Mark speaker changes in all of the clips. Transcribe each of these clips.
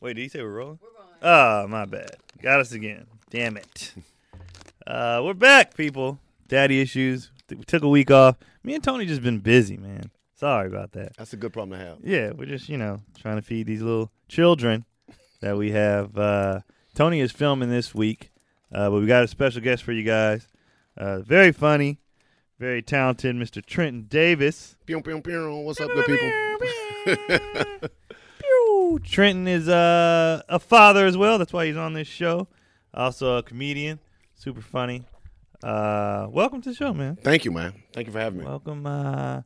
Speaker 1: Wait, did you say we're rolling?
Speaker 2: We're rolling.
Speaker 1: Ah, my bad. Got us again. Damn it. Uh, we're back, people. Daddy issues. Th- We took a week off. Me and Tony just been busy, man. Sorry about that.
Speaker 3: That's a good problem to have.
Speaker 1: Yeah, we're just you know trying to feed these little children that we have. Uh, Tony is filming this week, uh, but we got a special guest for you guys. Uh, very funny, very talented, Mr. Trenton Davis.
Speaker 3: Pew, pew, pew. What's up, good people?
Speaker 1: Pew. Trenton is uh, a father as well. That's why he's on this show. Also a comedian, super funny. Uh, welcome to the show, man.
Speaker 3: Thank you, man. Thank you for having me.
Speaker 1: Welcome. Uh,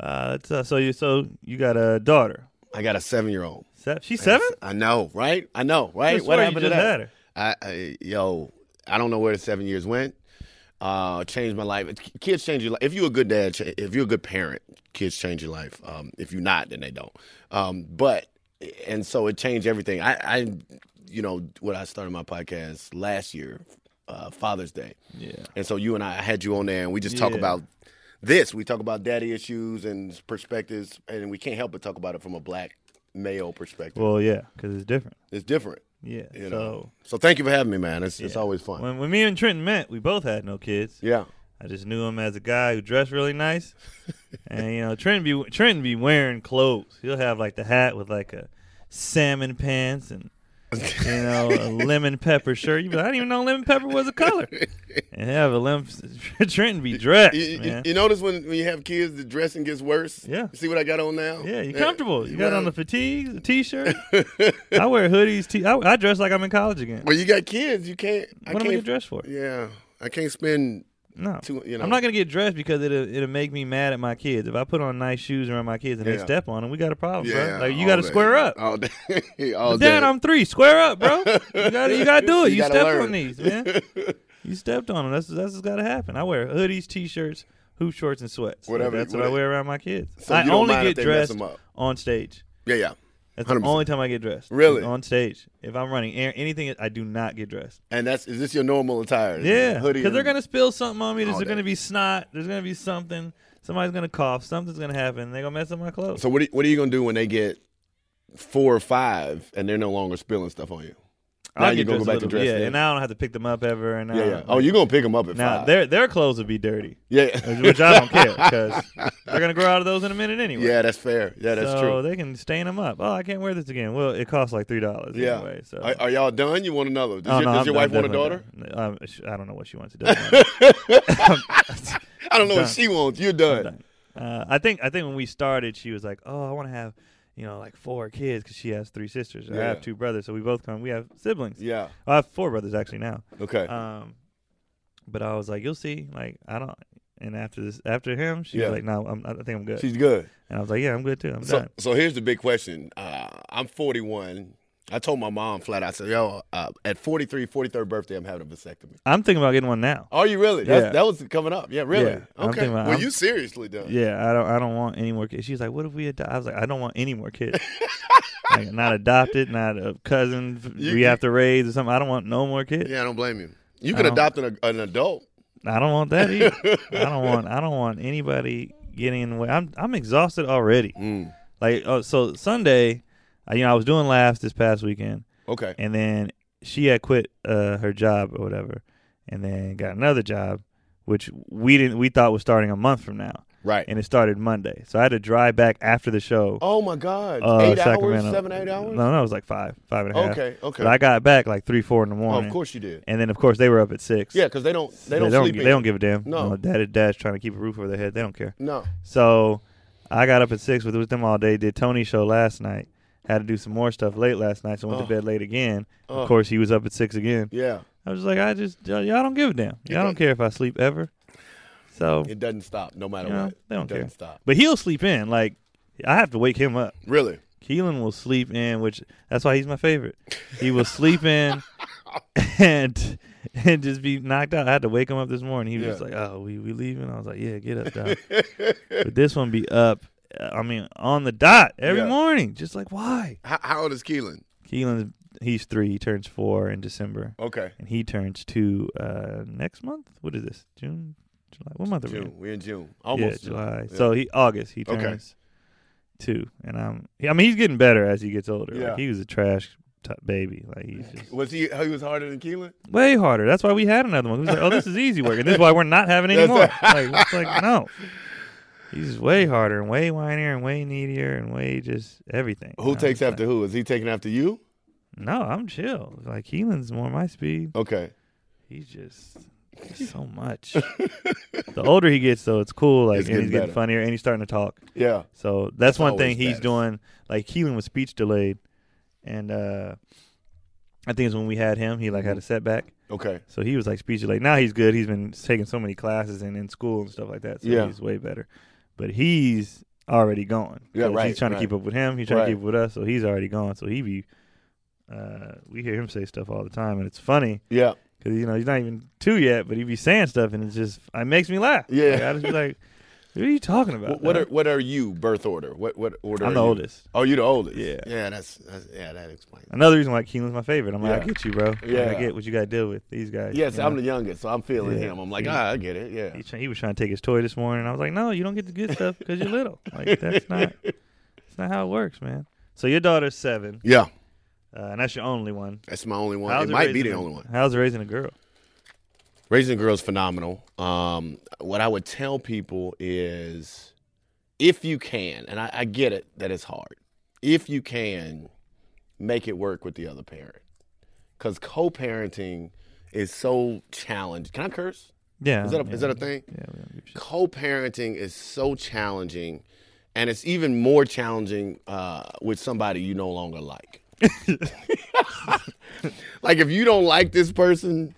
Speaker 1: uh, it's, uh, so you so you got a daughter.
Speaker 3: I got a seven-year-old.
Speaker 1: Se- She's seven.
Speaker 3: I know, right? I know, right?
Speaker 1: I swear you just had her.
Speaker 3: I, I, yo, I don't know where the seven years went. Uh, changed my life. K- Kids change your life. If you're a good dad, cha- if you're a good parent, kids change your life. Um, if you're not, then they don't. Um, but and so it changed everything. I, I, you know, when I started my podcast last year, uh, Father's Day.
Speaker 1: Yeah.
Speaker 3: And so you and I, I had you on there, and we just talk
Speaker 1: Yeah.
Speaker 3: about this. We talk about daddy issues and perspectives, and we can't help but talk about it from a black male perspective.
Speaker 1: Well, yeah, because it's different.
Speaker 3: it's different,
Speaker 1: Yeah.
Speaker 3: you
Speaker 1: so
Speaker 3: know. So thank you for having me, man. It's it's
Speaker 1: Yeah.
Speaker 3: always fun.
Speaker 1: when when me and Trenton met, we both had no kids.
Speaker 3: yeah.
Speaker 1: I just knew him as a guy who dressed really nice, and you know Trenton be Trenton be wearing clothes. He'll have like the hat with like a salmon pants and you know a lemon pepper shirt. You be like, I didn't even know lemon pepper was a color. And have a lemon. Trenton be dressed,
Speaker 3: You, you-
Speaker 1: man.
Speaker 3: you notice when, when you have kids, the dressing gets worse.
Speaker 1: Yeah.
Speaker 3: You see what I got on now?
Speaker 1: Yeah, you're comfortable. You got
Speaker 3: well-
Speaker 1: on the fatigues, the t-shirt. I wear hoodies. T- I, I dress like I'm in college again.
Speaker 3: Well, you got kids. You can't. I
Speaker 1: What am I
Speaker 3: can't.
Speaker 1: gonna dress for?
Speaker 3: yeah. I can't spend.
Speaker 1: No,
Speaker 3: Too- you know.
Speaker 1: I'm not gonna get dressed because it'll it'll make me mad at my kids. If I put on nice shoes around my kids and they
Speaker 3: Yeah.
Speaker 1: step on them, we got a problem,
Speaker 3: Yeah.
Speaker 1: bro. Like you
Speaker 3: all
Speaker 1: got to
Speaker 3: day.
Speaker 1: square up.
Speaker 3: All day.
Speaker 1: But
Speaker 3: all
Speaker 1: Dad,
Speaker 3: day.
Speaker 1: I'm three. Square up, bro. You got you got to do it.
Speaker 3: You
Speaker 1: You,
Speaker 3: gotta
Speaker 1: stepped
Speaker 3: learn.
Speaker 1: on these, man. you stepped on them. That's that's what's got to happen. I wear hoodies, t-shirts, hoop shorts, and sweats. Like,
Speaker 3: Whatever-
Speaker 1: that's what, I
Speaker 3: whatever.
Speaker 1: wear around my kids.
Speaker 3: So
Speaker 1: I
Speaker 3: you don't
Speaker 1: only
Speaker 3: mind if
Speaker 1: get
Speaker 3: they mess
Speaker 1: dressed
Speaker 3: 'em up?
Speaker 1: on stage.
Speaker 3: yeah, yeah.
Speaker 1: That's the
Speaker 3: 100%.
Speaker 1: only time I get dressed.
Speaker 3: Really?
Speaker 1: Is on stage. If I'm running a- anything, I do not get dressed.
Speaker 3: And that's is this your normal attire?
Speaker 1: Yeah,
Speaker 3: hoodie.
Speaker 1: because they're
Speaker 3: and-
Speaker 1: gonna spill something on me. There's
Speaker 3: All
Speaker 1: gonna
Speaker 3: day.
Speaker 1: be snot. There's gonna be something. Somebody's gonna cough. Something's gonna happen. They're gonna mess up my clothes.
Speaker 3: So what? Are, what are you gonna do when they get four or five and they're no longer spilling stuff on you? now
Speaker 1: I'll
Speaker 3: you
Speaker 1: get
Speaker 3: gonna go
Speaker 1: dressed
Speaker 3: back
Speaker 1: a
Speaker 3: to
Speaker 1: little-
Speaker 3: dress
Speaker 1: Yeah,
Speaker 3: then?
Speaker 1: and now I don't have to pick them up ever. And now,
Speaker 3: yeah, yeah. Oh, you are gonna pick them up at
Speaker 1: now
Speaker 3: five?
Speaker 1: their their clothes will be dirty,
Speaker 3: yeah,
Speaker 1: which I don't care because they're gonna grow out of those in a minute anyway.
Speaker 3: yeah. That's fair. Yeah, that's
Speaker 1: so
Speaker 3: true.
Speaker 1: they can stain them up. Oh, I can't wear this again. Well, it costs like three dollars
Speaker 3: Yeah.
Speaker 1: anyway. So.
Speaker 3: Are, are y'all done? You want another? Does
Speaker 1: uh, Oh,
Speaker 3: your,
Speaker 1: no,
Speaker 3: does
Speaker 1: I'm-
Speaker 3: your
Speaker 1: I'm
Speaker 3: wife want a
Speaker 1: definitely
Speaker 3: daughter?
Speaker 1: done. Um, sh- I don't know what she wants. It doesn't matter.
Speaker 3: I don't know what
Speaker 1: done.
Speaker 3: she wants. You're done.
Speaker 1: Uh, I think I think when we started, she was like, "Oh, I want to have, you know, like four kids because she has three sisters. I have
Speaker 3: Yeah.
Speaker 1: two brothers, so we both come. We have siblings.
Speaker 3: Yeah.
Speaker 1: I have four brothers actually now.
Speaker 3: Okay.
Speaker 1: Um, but I was like, you'll see. Like I don't. And after this, after him, she
Speaker 3: Yeah.
Speaker 1: was like, "No, I'm, I think I'm good."
Speaker 3: She's good.
Speaker 1: and I was like, "Yeah, I'm good too. I'm
Speaker 3: So,
Speaker 1: done."
Speaker 3: so here's the big question. Uh, I'm 41. I told my mom flat out, I said, yo, uh, at 43, 43rd birthday, I'm having a vasectomy.
Speaker 1: I'm thinking about getting one now.
Speaker 3: Are you really? That's,
Speaker 1: Yeah.
Speaker 3: That was coming up. Yeah, really?
Speaker 1: Yeah, I'm
Speaker 3: Okay.
Speaker 1: thinking about-
Speaker 3: well,
Speaker 1: I'm-
Speaker 3: you seriously done.
Speaker 1: Yeah, I don't. I don't want any more kids. She's like, "What if we adopt?" I was like, "I don't want any more kids." like, not adopted, not a cousin f-
Speaker 3: You-
Speaker 1: we have to raise or something. I don't want no more kids.
Speaker 3: Yeah, I don't blame you. You
Speaker 1: I
Speaker 3: can
Speaker 1: don't-
Speaker 3: adopt an, an adult.
Speaker 1: I don't want that either. I don't want. I don't want anybody getting in the way. I'm I'm exhausted already.
Speaker 3: Mm.
Speaker 1: Like oh, so Sunday, I, you know, I was doing laughs this past weekend,
Speaker 3: Okay.
Speaker 1: and then she had quit uh, her job or whatever, and then got another job, which we didn't we thought was starting a month from now,
Speaker 3: Right.
Speaker 1: and it started Monday. So I had to drive back after the show.
Speaker 3: oh, my God.
Speaker 1: uh,
Speaker 3: eight
Speaker 1: Sacramento.
Speaker 3: hours, seven, eight hours?
Speaker 1: No, no, it was like five, five and a half.
Speaker 3: Okay, okay.
Speaker 1: But I got back like three, four in the
Speaker 3: Oh,
Speaker 1: morning.
Speaker 3: of course you did.
Speaker 1: And then of course they were up at six.
Speaker 3: Yeah, because they don't, they don't, sleep
Speaker 1: They
Speaker 3: in.
Speaker 1: don't give a damn.
Speaker 3: No.
Speaker 1: No, dad and dad's trying to keep a roof over their head. They don't care.
Speaker 3: No.
Speaker 1: So I got up at six with, with them all day. Did Tony's show last night. Had to do some more stuff late last night. So I went
Speaker 3: Ugh.
Speaker 1: to bed late again.
Speaker 3: Ugh.
Speaker 1: Of course, he was up at six again.
Speaker 3: Yeah.
Speaker 1: I was like, I just y'all y'all don't give a damn. Y'all don't care if I sleep ever. So,
Speaker 3: It doesn't stop, no matter
Speaker 1: you know,
Speaker 3: what.
Speaker 1: they don't
Speaker 3: it doesn't
Speaker 1: care.
Speaker 3: stop.
Speaker 1: but he'll sleep in. Like I have to wake him up.
Speaker 3: Really?
Speaker 1: Keelan will sleep in, which that's why he's my favorite. He will sleep in and and just be knocked out. I had to wake him up this morning. He was
Speaker 3: Yeah.
Speaker 1: just like, "Oh, we we leaving?" I was like, "Yeah, get up, dog." but this one be up. uh, I mean, on the dot every
Speaker 3: Yeah.
Speaker 1: morning. Just like why?
Speaker 3: How, how old is Keelan?
Speaker 1: Keelan's he's three. He turns four in December,
Speaker 3: Okay.
Speaker 1: and he turns two uh, next month. What is this? June, July? What month are we? in?
Speaker 3: June. We're in June. Almost
Speaker 1: yeah, July.
Speaker 3: Yeah.
Speaker 1: So he August he
Speaker 3: Okay.
Speaker 1: turns. too. And I'm, I mean, he's getting better as he gets older.
Speaker 3: Yeah.
Speaker 1: Like, he was a trash t- baby. Like he's just
Speaker 3: Was he? He was harder than Keelan.
Speaker 1: way harder. That's why we had another one. He was like, oh, this is easy work, and this is why we're not having any
Speaker 3: That's
Speaker 1: more.
Speaker 3: right.
Speaker 1: Like, it's like no, he's way harder and way whinier and way needier and way just everything.
Speaker 3: Who
Speaker 1: And I'm
Speaker 3: takes
Speaker 1: just
Speaker 3: after who? Is he taking after you?
Speaker 1: like, No, I'm chill. Like Keelan's more my speed.
Speaker 3: Okay.
Speaker 1: He's just so much. the older he gets, though, it's cool. Like,
Speaker 3: It's
Speaker 1: and he's
Speaker 3: getting
Speaker 1: getting
Speaker 3: better.
Speaker 1: funnier, and he's starting to talk.
Speaker 3: Yeah.
Speaker 1: So that's, one
Speaker 3: always
Speaker 1: thing he's
Speaker 3: best.
Speaker 1: doing. Like Keelan was speech delayed, and uh, I think it's when we had him, he like
Speaker 3: Mm-hmm.
Speaker 1: had a setback.
Speaker 3: Okay.
Speaker 1: So he was like speech delayed. Now he's good. He's been taking so many classes and in school and stuff like that. So
Speaker 3: Yeah.
Speaker 1: he's way better. but he's already going.
Speaker 3: Yeah,
Speaker 1: 'Cause
Speaker 3: right,
Speaker 1: He's trying
Speaker 3: right.
Speaker 1: to keep up with him. He's trying
Speaker 3: Right.
Speaker 1: to keep up with us. So he's already gone. So he be. Uh, we hear him say stuff all the time, and it's funny
Speaker 3: Yeah.
Speaker 1: because you know he's not even two yet, but he be saying stuff, and it's just it makes me laugh.
Speaker 3: Yeah.
Speaker 1: Like, I just be like, "What are you talking about?"
Speaker 3: What, what are
Speaker 1: dog?"
Speaker 3: What are you birth order? What What order?
Speaker 1: I'm
Speaker 3: are
Speaker 1: the
Speaker 3: you?
Speaker 1: oldest.
Speaker 3: Oh, you the oldest.
Speaker 1: Yeah.
Speaker 3: Yeah. That's, that's yeah. That explains. it.
Speaker 1: Another reason why Keelan's my favorite. I'm like,
Speaker 3: Yeah.
Speaker 1: I get you, bro.
Speaker 3: Yeah.
Speaker 1: Like, I get what you got to deal with these guys.
Speaker 3: Yes,
Speaker 1: you
Speaker 3: I'm
Speaker 1: know?
Speaker 3: the youngest, so I'm feeling
Speaker 1: Yeah.
Speaker 3: him. I'm like,
Speaker 1: See?
Speaker 3: ah, I get it. Yeah.
Speaker 1: He, try- he was trying to take his toy this morning. I was like, no, you don't get the good stuff because you're little. Like that's not that's not how it works, man. So your daughter's seven,
Speaker 3: Yeah.
Speaker 1: uh, and that's your only one.
Speaker 3: That's my only one.
Speaker 1: How's
Speaker 3: it might be
Speaker 1: raising
Speaker 3: the
Speaker 1: a-
Speaker 3: only one.
Speaker 1: How's it raising a girl?
Speaker 3: Raising a Girl is phenomenal. Um, what I would tell people is if you can, and I, I get it that it's hard, if you can, make it work with the other parent. Because co parenting is so challenging. Can I curse?
Speaker 1: Yeah.
Speaker 3: Is that a,
Speaker 1: yeah,
Speaker 3: is that a thing?
Speaker 1: Yeah. We don't give a shit.
Speaker 3: co-parenting is so challenging and it's even more challenging uh, with somebody you no longer like like if you don't like this person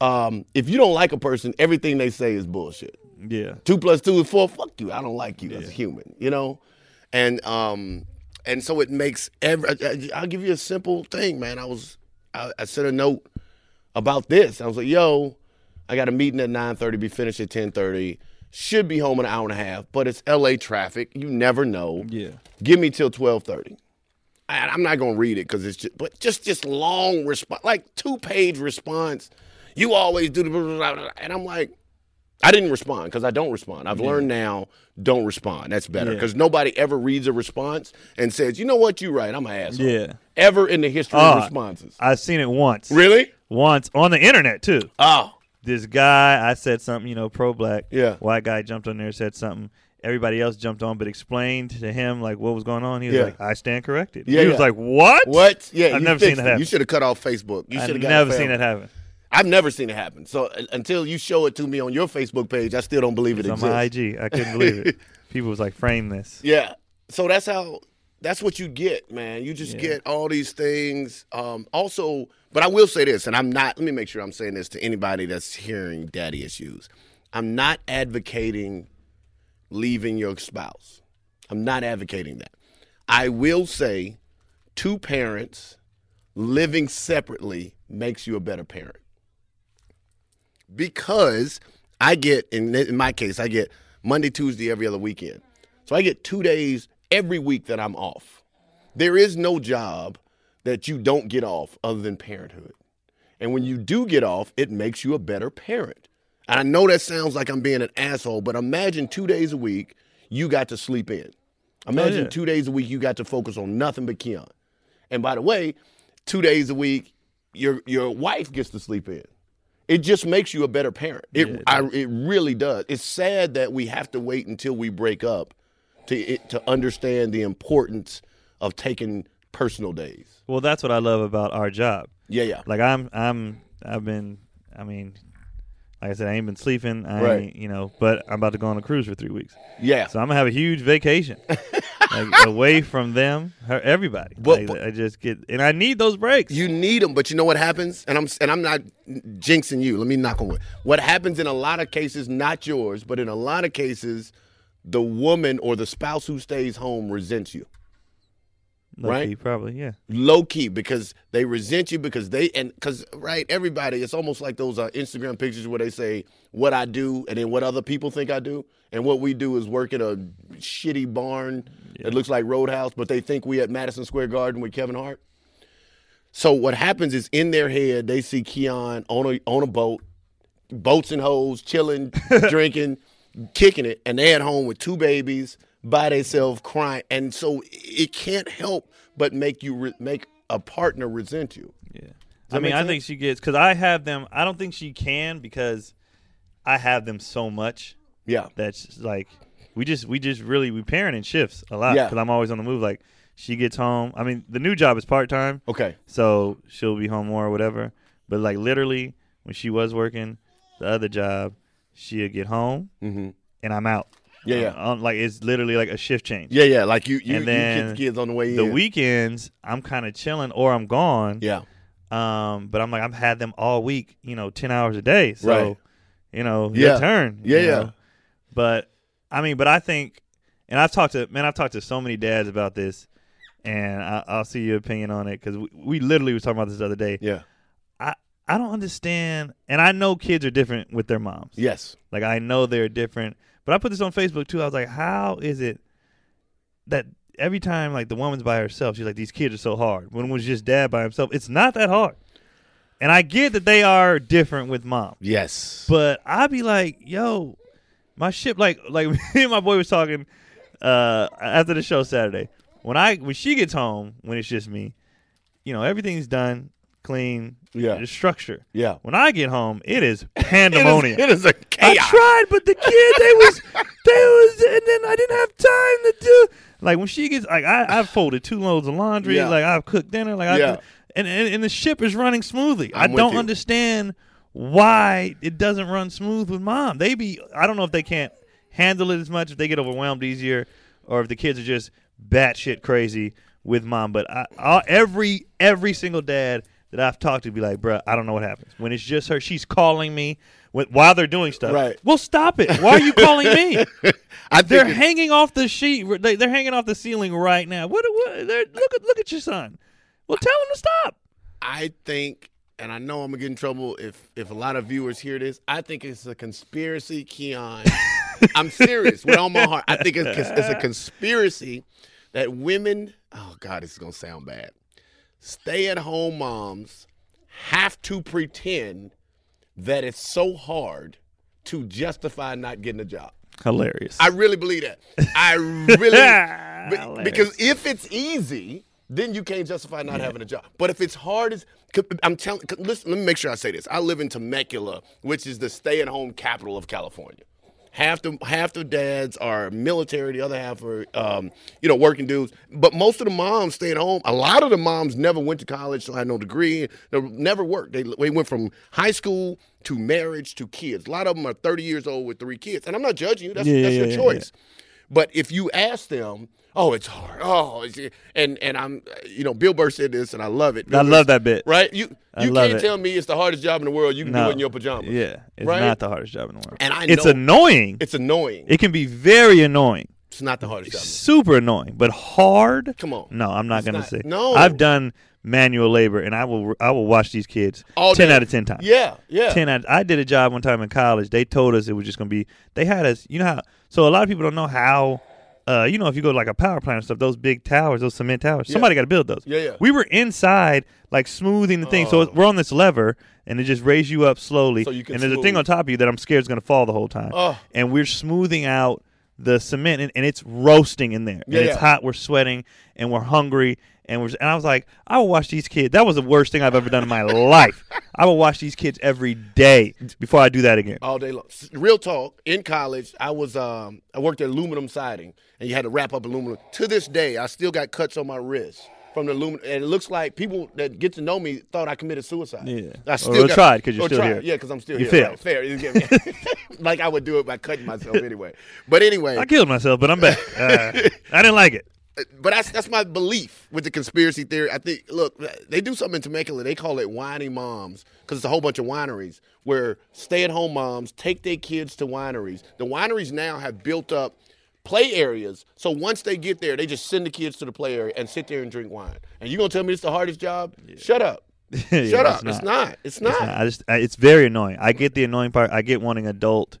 Speaker 3: um, if you don't like a person everything they say is bullshit
Speaker 1: Yeah.
Speaker 3: two plus two is four. Fuck you. I don't like you as a human. You know, and um, and so it makes every. I- I- I'll give you a simple thing, man. I was, I, I sent a note about this. I was like, yo, I got a meeting at nine thirty. Be finished at ten thirty. Should be home in an hour and a half, but it's L.A. traffic. You never know.
Speaker 1: Yeah.
Speaker 3: Give me till twelve thirty. And I'm not gonna read it because it's just, but just this long response, like two page response. You always do the, blah, blah, blah, blah. and I'm like, I didn't respond because I don't respond. I've learned now, don't respond. That's better
Speaker 1: Yeah.
Speaker 3: because nobody ever reads a response and says, you know what, you're right. I'm an asshole.
Speaker 1: Yeah.
Speaker 3: Ever in the history
Speaker 1: Ah.
Speaker 3: of responses.
Speaker 1: I've seen it once.
Speaker 3: Really?
Speaker 1: Once on the internet too.
Speaker 3: Oh,
Speaker 1: this guy i said something you know pro black
Speaker 3: Yeah.
Speaker 1: white guy jumped on there and said something everybody else jumped on but explained to him like what was going on he was
Speaker 3: Yeah.
Speaker 1: like i stand corrected
Speaker 3: Yeah,
Speaker 1: he was
Speaker 3: yeah.
Speaker 1: like what
Speaker 3: what? Yeah,
Speaker 1: I've
Speaker 3: you
Speaker 1: never seen
Speaker 3: fixed
Speaker 1: that
Speaker 3: it.
Speaker 1: happen.
Speaker 3: You should have cut off Facebook. You should
Speaker 1: i've
Speaker 3: have got
Speaker 1: never seen that happen
Speaker 3: I've never seen it happen. So uh, until you show it to me on your Facebook page, I still don't believe it
Speaker 1: it's on
Speaker 3: exists.
Speaker 1: my ig i couldn't believe it people was like frame this
Speaker 3: Yeah. So that's how that's what you get, man. You just get all these things. Um also, but I will say this, and I'm not let me make sure I'm saying this to anybody that's hearing daddy issues. I'm not advocating leaving your spouse. I'm not advocating that. I will say two parents living separately makes you a better parent because I get in, in my case I get Monday, Tuesday every other weekend. So I get 2 days every week that I'm off. There is no job that you don't get off other than parenthood. And when you do get off, it makes you a better parent. And I know that sounds like I'm being an asshole, but imagine 2 days a week you got to sleep in. Imagine
Speaker 1: yeah.
Speaker 3: 2 days a week you got to focus on nothing but Keon. And by the way, 2 days a week your your wife gets to sleep in it just makes you a better parent. It, I, it really does. It's sad that we have to wait until we break up to it, to understand the importance of taking personal days.
Speaker 1: well that's what i love about our job
Speaker 3: Yeah, yeah,
Speaker 1: like i'm i'm i've been i mean like i said i ain't been sleeping i
Speaker 3: Right.
Speaker 1: ain't you know but i'm about to go on a cruise for three weeks
Speaker 3: yeah.
Speaker 1: So I'm gonna have a huge vacation, like away from them, her, everybody.
Speaker 3: But-
Speaker 1: Like,
Speaker 3: but-
Speaker 1: I just get, and I need those breaks.
Speaker 3: you need them, but you know what happens? And I'm and I'm not jinxing you. Let me knock on wood. What happens in a lot of cases, not yours, but in a lot of cases, the woman or the spouse who stays home resents you.
Speaker 1: Low
Speaker 3: right?
Speaker 1: key, probably, yeah.
Speaker 3: low key because they resent you because they and because right everybody it's almost like those uh, Instagram pictures where they say what I do and then what other people think I do and what we do is work in a shitty barn that looks like Roadhouse but they think we at Madison Square Garden with Kevin Hart. So what happens is in their head they see Keon on a on a boat, boats and hoes, chilling, drinking, kicking it, and they at home with two babies, by themselves crying, and so it can't help but make you re- make a partner resent you.
Speaker 1: Yeah.
Speaker 3: that
Speaker 1: I mean,
Speaker 3: make
Speaker 1: I think she gets because I have them. I don't think she can because I have them so much
Speaker 3: Yeah,
Speaker 1: that's like we just we just really we parenting shifts a lot
Speaker 3: Yeah.
Speaker 1: because I'm always on the move. Like she gets home. I mean, the new job is part time,
Speaker 3: okay,
Speaker 1: so she'll be home more or whatever. But like literally, when she was working the other job, she'll get home
Speaker 3: hmm
Speaker 1: and I'm out.
Speaker 3: yeah, yeah,
Speaker 1: Uh, I'm- like it's literally like a shift change.
Speaker 3: yeah, yeah. Like you, you,
Speaker 1: And
Speaker 3: you
Speaker 1: then
Speaker 3: kids, kids on the way
Speaker 1: The
Speaker 3: in.
Speaker 1: weekends, I'm kind of chilling or I'm gone.
Speaker 3: yeah,
Speaker 1: Um, but I'm like, I've had them all week, you know, 10 hours a day. So,
Speaker 3: Right.
Speaker 1: you know,
Speaker 3: Yeah.
Speaker 1: your turn.
Speaker 3: Yeah,
Speaker 1: you
Speaker 3: yeah.
Speaker 1: know? But I mean, but I think, and I've talked to, man, I've talked to so many dads about this and I, I'll see your opinion on it. Cause we, we literally was talking about this the other day.
Speaker 3: yeah,
Speaker 1: I don't understand. And I know kids are different with their moms.
Speaker 3: yes,
Speaker 1: Like I know they're different, but I put this on Facebook too. I was like, how is it that every time like the woman's by herself, she's like, these kids are so hard. When it was just dad by himself, it's not that hard. And I get that they are different with mom,
Speaker 3: yes.
Speaker 1: but i be like, yo, my ship. Like like me and my boy was talking uh after the show Saturday. When I when she gets home, when it's just me, you know everything's done, clean,
Speaker 3: Yeah.
Speaker 1: there's structure.
Speaker 3: yeah,
Speaker 1: When I get home, it is
Speaker 3: It is-
Speaker 1: pandemonium.
Speaker 3: It is, a
Speaker 1: I
Speaker 3: chaos.
Speaker 1: tried, but the kid they was they was, and then I didn't have time to do. Like when she gets like I I folded two loads of laundry,
Speaker 3: Yeah.
Speaker 1: like I've cooked dinner, like
Speaker 3: Yeah.
Speaker 1: I and, and and the ship is running smoothly. I'm I
Speaker 3: I'm
Speaker 1: do
Speaker 3: with
Speaker 1: not
Speaker 3: you.
Speaker 1: understand why it doesn't run smooth with mom. They be I don't know if they can't handle it as much if they get overwhelmed easier, or if the kids are just batshit crazy with mom. But I, I every every single dad. That I've talked to be like, bruh, I don't know what happens when it's just her. She's calling me when, while they're doing stuff.
Speaker 3: Right.
Speaker 1: Well, stop it. Why are you calling me?
Speaker 3: I think
Speaker 1: They're
Speaker 3: it-
Speaker 1: hanging off the sheet. They, they're hanging off the ceiling right now. What? what they're, look at look at your son. Well, tell him to stop.
Speaker 3: I think, and I know I'm gonna get in trouble if if a lot of viewers hear this. I think it's a conspiracy, Keon. I'm serious with all my heart. I think it's, it's a conspiracy that women. Oh God, this is gonna sound bad. Stay-at-home moms have to pretend that it's so hard to justify not getting a job.
Speaker 1: Hilarious.
Speaker 3: I really believe that. I really. Be-
Speaker 1: Hilarious.
Speaker 3: because if it's easy, then you can't justify not having a job. But if it's hard as c- I'm telling, c- listen, let me make sure I say this. I live in Temecula, which is the stay-at-home capital of California. Half the half the dads are military, the other half are um, you know working dudes. But most of the moms stay at home. A lot of the moms never went to college, so had no degree, they never worked. They, they went from high school to marriage to kids. A lot of them are 30 years old with three kids, and I'm not judging you. That's,
Speaker 1: Yeah,
Speaker 3: that's
Speaker 1: yeah,
Speaker 3: your
Speaker 1: yeah,
Speaker 3: choice. But if you ask them, oh, it's hard. Oh, it's, and and I'm, you know, Bill Burr said this, and I love it. Bill
Speaker 1: I
Speaker 3: Burr
Speaker 1: love
Speaker 3: said-
Speaker 1: that bit.
Speaker 3: Right? You
Speaker 1: I
Speaker 3: you
Speaker 1: love
Speaker 3: can't
Speaker 1: it.
Speaker 3: tell me it's the hardest job in the world. You can do
Speaker 1: No.
Speaker 3: it in your pajamas.
Speaker 1: Yeah, it's
Speaker 3: Right?
Speaker 1: not the hardest job in the world.
Speaker 3: And I
Speaker 1: it's
Speaker 3: know-
Speaker 1: annoying.
Speaker 3: It's annoying.
Speaker 1: it can be very annoying,
Speaker 3: It's not the hardest job.
Speaker 1: super annoying, but hard.
Speaker 3: Come on.
Speaker 1: No, I'm not gonna
Speaker 3: not-
Speaker 1: say.
Speaker 3: no.
Speaker 1: I've done manual labor, and I will I will watch these kids
Speaker 3: All
Speaker 1: ten
Speaker 3: day.
Speaker 1: out of ten times.
Speaker 3: Yeah, yeah.
Speaker 1: 10 out, I did a job one time in college. They told us it was just going to be, they had us, you know how, so a lot of people don't know how, uh, you know, if you go to like a power plant and stuff, those big towers, those cement towers, somebody got to build those.
Speaker 3: Yeah, yeah.
Speaker 1: We were inside, like smoothing the thing. So we're on this lever and it just raises you up slowly.
Speaker 3: So you can
Speaker 1: and there's a
Speaker 3: smooth.
Speaker 1: thing on top of you that I'm scared is going to fall the whole time.
Speaker 3: Oh.
Speaker 1: And we're smoothing out the cement and, and it's roasting in there.
Speaker 3: Yeah,
Speaker 1: and it's
Speaker 3: yeah.
Speaker 1: hot, we're sweating, and we're hungry. And, we're, and I was like, I will watch these kids. That was the worst thing I've ever done in my life. I will watch these kids every day before I do that again.
Speaker 3: All day long. S- Real talk. In college, I was um, I worked at aluminum siding, and you had to wrap up aluminum. To this day, I still got cuts on my wrist from the aluminum, and it looks like people that get to know me thought I committed suicide.
Speaker 1: Yeah.
Speaker 3: I
Speaker 1: Or-
Speaker 3: still
Speaker 1: or
Speaker 3: got-
Speaker 1: tried, 'cause you're
Speaker 3: or
Speaker 1: still
Speaker 3: tried.
Speaker 1: here.
Speaker 3: Yeah, because I'm still
Speaker 1: You
Speaker 3: here. Right,
Speaker 1: failed.
Speaker 3: fair. You get me. like I would do it by cutting myself anyway. But anyway,
Speaker 1: I killed myself, but I'm back. Uh, I didn't like it.
Speaker 3: but that's that's my belief with the conspiracy theory. I think look, they do something in Temecula. They call it whiny moms because it's a whole bunch of wineries where stay-at-home moms take their kids to wineries. The wineries now have built up play areas, so once they get there, they just send the kids to the play area and sit there and drink wine. And you gonna tell me it's the hardest job? Shut up!
Speaker 1: Yeah,
Speaker 3: Shut up!
Speaker 1: it's not.
Speaker 3: It's not. It's not.
Speaker 1: Nah, I just I, it's very annoying. I get the annoying part. I get wanting adult,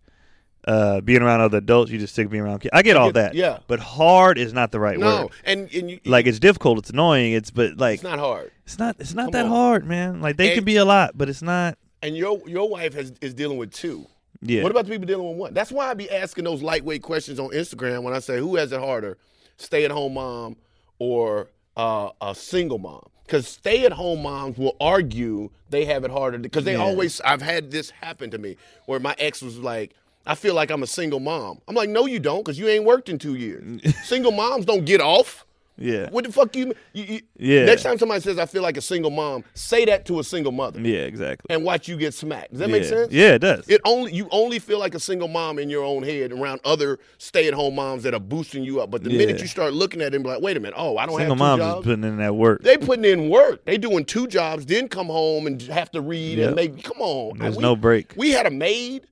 Speaker 1: uh, being around other adults. You just sick of being around kids. I get all that.
Speaker 3: yeah.
Speaker 1: But hard is not the right
Speaker 3: No,
Speaker 1: word.
Speaker 3: and and you,
Speaker 1: Like it's difficult. It's annoying. It's but like
Speaker 3: it's not hard.
Speaker 1: it's not it's
Speaker 3: Come
Speaker 1: not that
Speaker 3: on.
Speaker 1: hard, man. Like they
Speaker 3: And-
Speaker 1: can be a lot, but it's not.
Speaker 3: And your your wife has, is dealing with two.
Speaker 1: Yeah.
Speaker 3: What about the people dealing with one? That's why I be asking those lightweight questions on Instagram when I say who has it harder, stay at home mom or uh, a single mom? Because stay at home moms will argue they have it harder because they
Speaker 1: Yeah.
Speaker 3: always. I've had this happen to me where my ex was like. I feel like I'm a single mom. I'm like, no, you don't, because you ain't worked in two years. single moms don't get off.
Speaker 1: Yeah.
Speaker 3: What the fuck you, mean? you, you
Speaker 1: Yeah.
Speaker 3: Next time somebody says I feel like a single mom, say that to a single mother
Speaker 1: Yeah, exactly.
Speaker 3: and watch you get smacked. Does that
Speaker 1: yeah.
Speaker 3: make sense?
Speaker 1: Yeah, it does.
Speaker 3: It only you only feel like a single mom in your own head around other stay-at-home moms that are boosting you up. But the minute
Speaker 1: Yeah.
Speaker 3: you start looking at them, like, wait a minute, oh, I don't
Speaker 1: Single
Speaker 3: have two
Speaker 1: moms
Speaker 3: jobs.
Speaker 1: is putting in that work.
Speaker 3: they putting in work. They doing two jobs, then come home and have to read
Speaker 1: Yeah.
Speaker 3: and make. Come on,
Speaker 1: There's
Speaker 3: We-
Speaker 1: no break.
Speaker 3: We had a maid.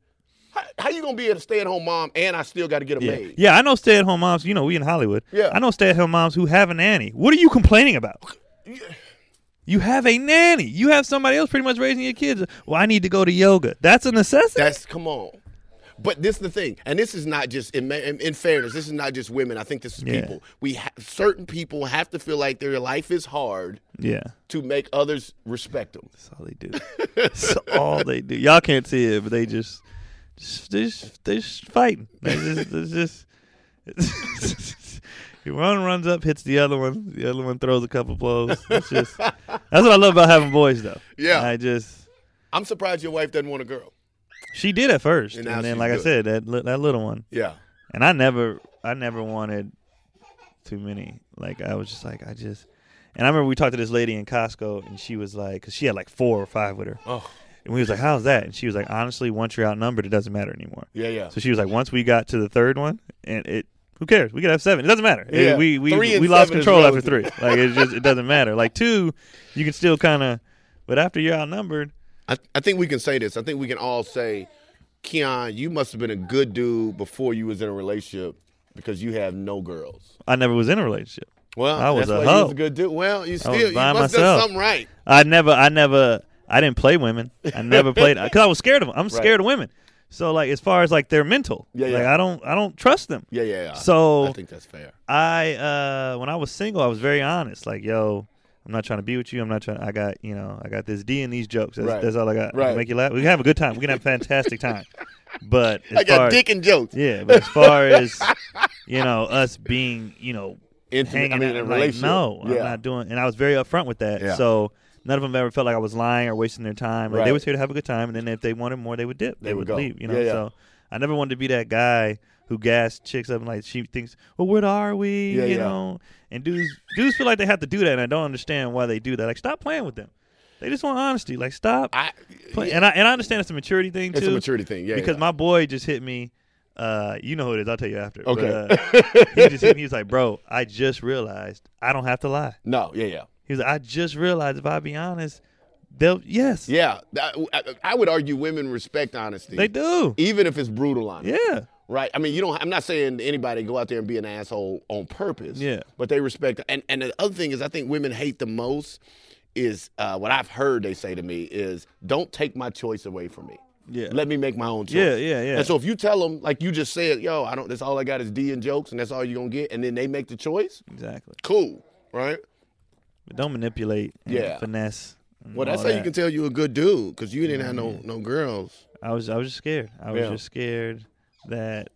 Speaker 3: How, how you gonna be a stay-at-home mom and I still got to get a
Speaker 1: Yeah.
Speaker 3: maid?
Speaker 1: yeah, I know stay at home moms. You know, we in Hollywood.
Speaker 3: Yeah.
Speaker 1: I know stay at home moms who have a nanny. What are you complaining about? You have a nanny. You have somebody else pretty much raising your kids. Well, I need to go to yoga. That's a necessity.
Speaker 3: That's come on. But this is the thing, and this is not just in, ma- in, in fairness. This is not just women. I think this is
Speaker 1: Yeah.
Speaker 3: people. We ha- certain people have to feel like their life is hard
Speaker 1: yeah.
Speaker 3: to make others respect them.
Speaker 1: That's all they do. That's all they do. Y'all can't see it, but they just, just, they just, they just fighting. They just, they just. One runs up, hits the other one. The other one throws a couple blows. It's just that's what I love about having boys, though.
Speaker 3: Yeah.
Speaker 1: I just
Speaker 3: I'm surprised your wife doesn't want a girl.
Speaker 1: she did at first,
Speaker 3: And
Speaker 1: and,
Speaker 3: now
Speaker 1: then
Speaker 3: she's
Speaker 1: like
Speaker 3: good.
Speaker 1: I said, that li- that little one,
Speaker 3: Yeah,
Speaker 1: and I never, I never wanted too many. Like I was just like I just, and I remember we talked to this lady in Costco, and she was like, because she had like four or five with her.
Speaker 3: Oh.
Speaker 1: And we was like, "How's that?" And she was like, "Honestly, once you're outnumbered, it doesn't matter anymore."
Speaker 3: yeah, yeah.
Speaker 1: So she was like, "Once we got to the third one, and it, who cares? We could have seven. It doesn't matter. It-
Speaker 3: Yeah.
Speaker 1: we we
Speaker 3: Three and
Speaker 1: we lost
Speaker 3: seven is
Speaker 1: control after three.
Speaker 3: relative.
Speaker 1: Like it just it doesn't matter. Like two, you can still kind of, but after you're outnumbered,
Speaker 3: I, I think we can say this. I think we can all say, Keon, you must have been a good dude before you was in a relationship because you have no girls.
Speaker 1: I never was in a relationship.
Speaker 3: Well,
Speaker 1: I was
Speaker 3: that's
Speaker 1: a
Speaker 3: why you was
Speaker 1: hoe.
Speaker 3: a good dude. Well, you still
Speaker 1: was
Speaker 3: you
Speaker 1: by
Speaker 3: must have done
Speaker 1: myself.
Speaker 3: something right.
Speaker 1: I never, I never, I didn't play women. I never played because I was scared of them. I'm scared of women. So like, as far as like their mental,
Speaker 3: Yeah, yeah.
Speaker 1: like I don't, I don't trust them.
Speaker 3: Yeah, yeah. yeah.
Speaker 1: So-
Speaker 3: I think that's fair.
Speaker 1: I uh when I was single, I was very honest. Like, yo, I'm not trying to be with you. I'm not trying. I got you know, I got this D and these jokes. That's,
Speaker 3: Right.
Speaker 1: that's all I got. I can
Speaker 3: Right.
Speaker 1: Make you laugh. We can have a good time. We can have a fantastic time. But as
Speaker 3: I
Speaker 1: far
Speaker 3: got dick and jokes.
Speaker 1: yeah, but as far as you know, us being you know
Speaker 3: Intimate,
Speaker 1: hanging
Speaker 3: I mean, in a
Speaker 1: out, like,
Speaker 3: relationship.
Speaker 1: no,
Speaker 3: yeah.
Speaker 1: I'm not doing. And I was very upfront with that.
Speaker 3: Yeah.
Speaker 1: So none of them ever felt like I was lying or wasting their time. Like
Speaker 3: Right.
Speaker 1: they was here to have a good time, and then if they wanted more, they would dip. They,
Speaker 3: They would
Speaker 1: would
Speaker 3: go.
Speaker 1: leave. You know.
Speaker 3: Yeah, yeah.
Speaker 1: So I never wanted to be that guy who gassed chicks up and like she thinks, well, what are we?
Speaker 3: Yeah,
Speaker 1: you
Speaker 3: yeah.
Speaker 1: know. And dudes, dudes feel like they have to do that, and I don't understand why they do that. Like stop playing with them. They just want honesty. Like stop.
Speaker 3: I,
Speaker 1: play- And I and I understand it's a maturity thing
Speaker 3: it's
Speaker 1: too
Speaker 3: a maturity thing. Yeah,
Speaker 1: because
Speaker 3: yeah.
Speaker 1: my boy just hit me. Uh, you know who it is. I'll tell you after. But,
Speaker 3: Okay.
Speaker 1: uh, he just hit me. He's like, bro, I just realized I don't have to lie.
Speaker 3: no, yeah, yeah.
Speaker 1: He was like, I just realized if I be honest, they'll yes,
Speaker 3: Yeah, that- I, I would argue women respect honesty,
Speaker 1: they do.
Speaker 3: even if it's brutal honesty.
Speaker 1: Yeah,
Speaker 3: Right? I mean, you don't. I'm not saying anybody go out there and be an asshole on purpose.
Speaker 1: Yeah.
Speaker 3: But they respect. And and the other thing is, I think women hate the most is uh, what I've heard they say to me is, "Don't take my choice away from me.
Speaker 1: Yeah.
Speaker 3: Let me make my own choice.
Speaker 1: Yeah, yeah, yeah.
Speaker 3: And so if you tell them, like you just said, "Yo, I don't. That's all I got is D and jokes, and that's all you're gonna get," and then they make the choice.
Speaker 1: exactly.
Speaker 3: Cool. Right.
Speaker 1: But don't manipulate. And
Speaker 3: Yeah.
Speaker 1: finesse. and
Speaker 3: Well, that's
Speaker 1: all
Speaker 3: how you
Speaker 1: that.
Speaker 3: can tell you a good dude because you didn't have no no girls.
Speaker 1: I was I was just scared. I was
Speaker 3: Yeah.
Speaker 1: just scared that.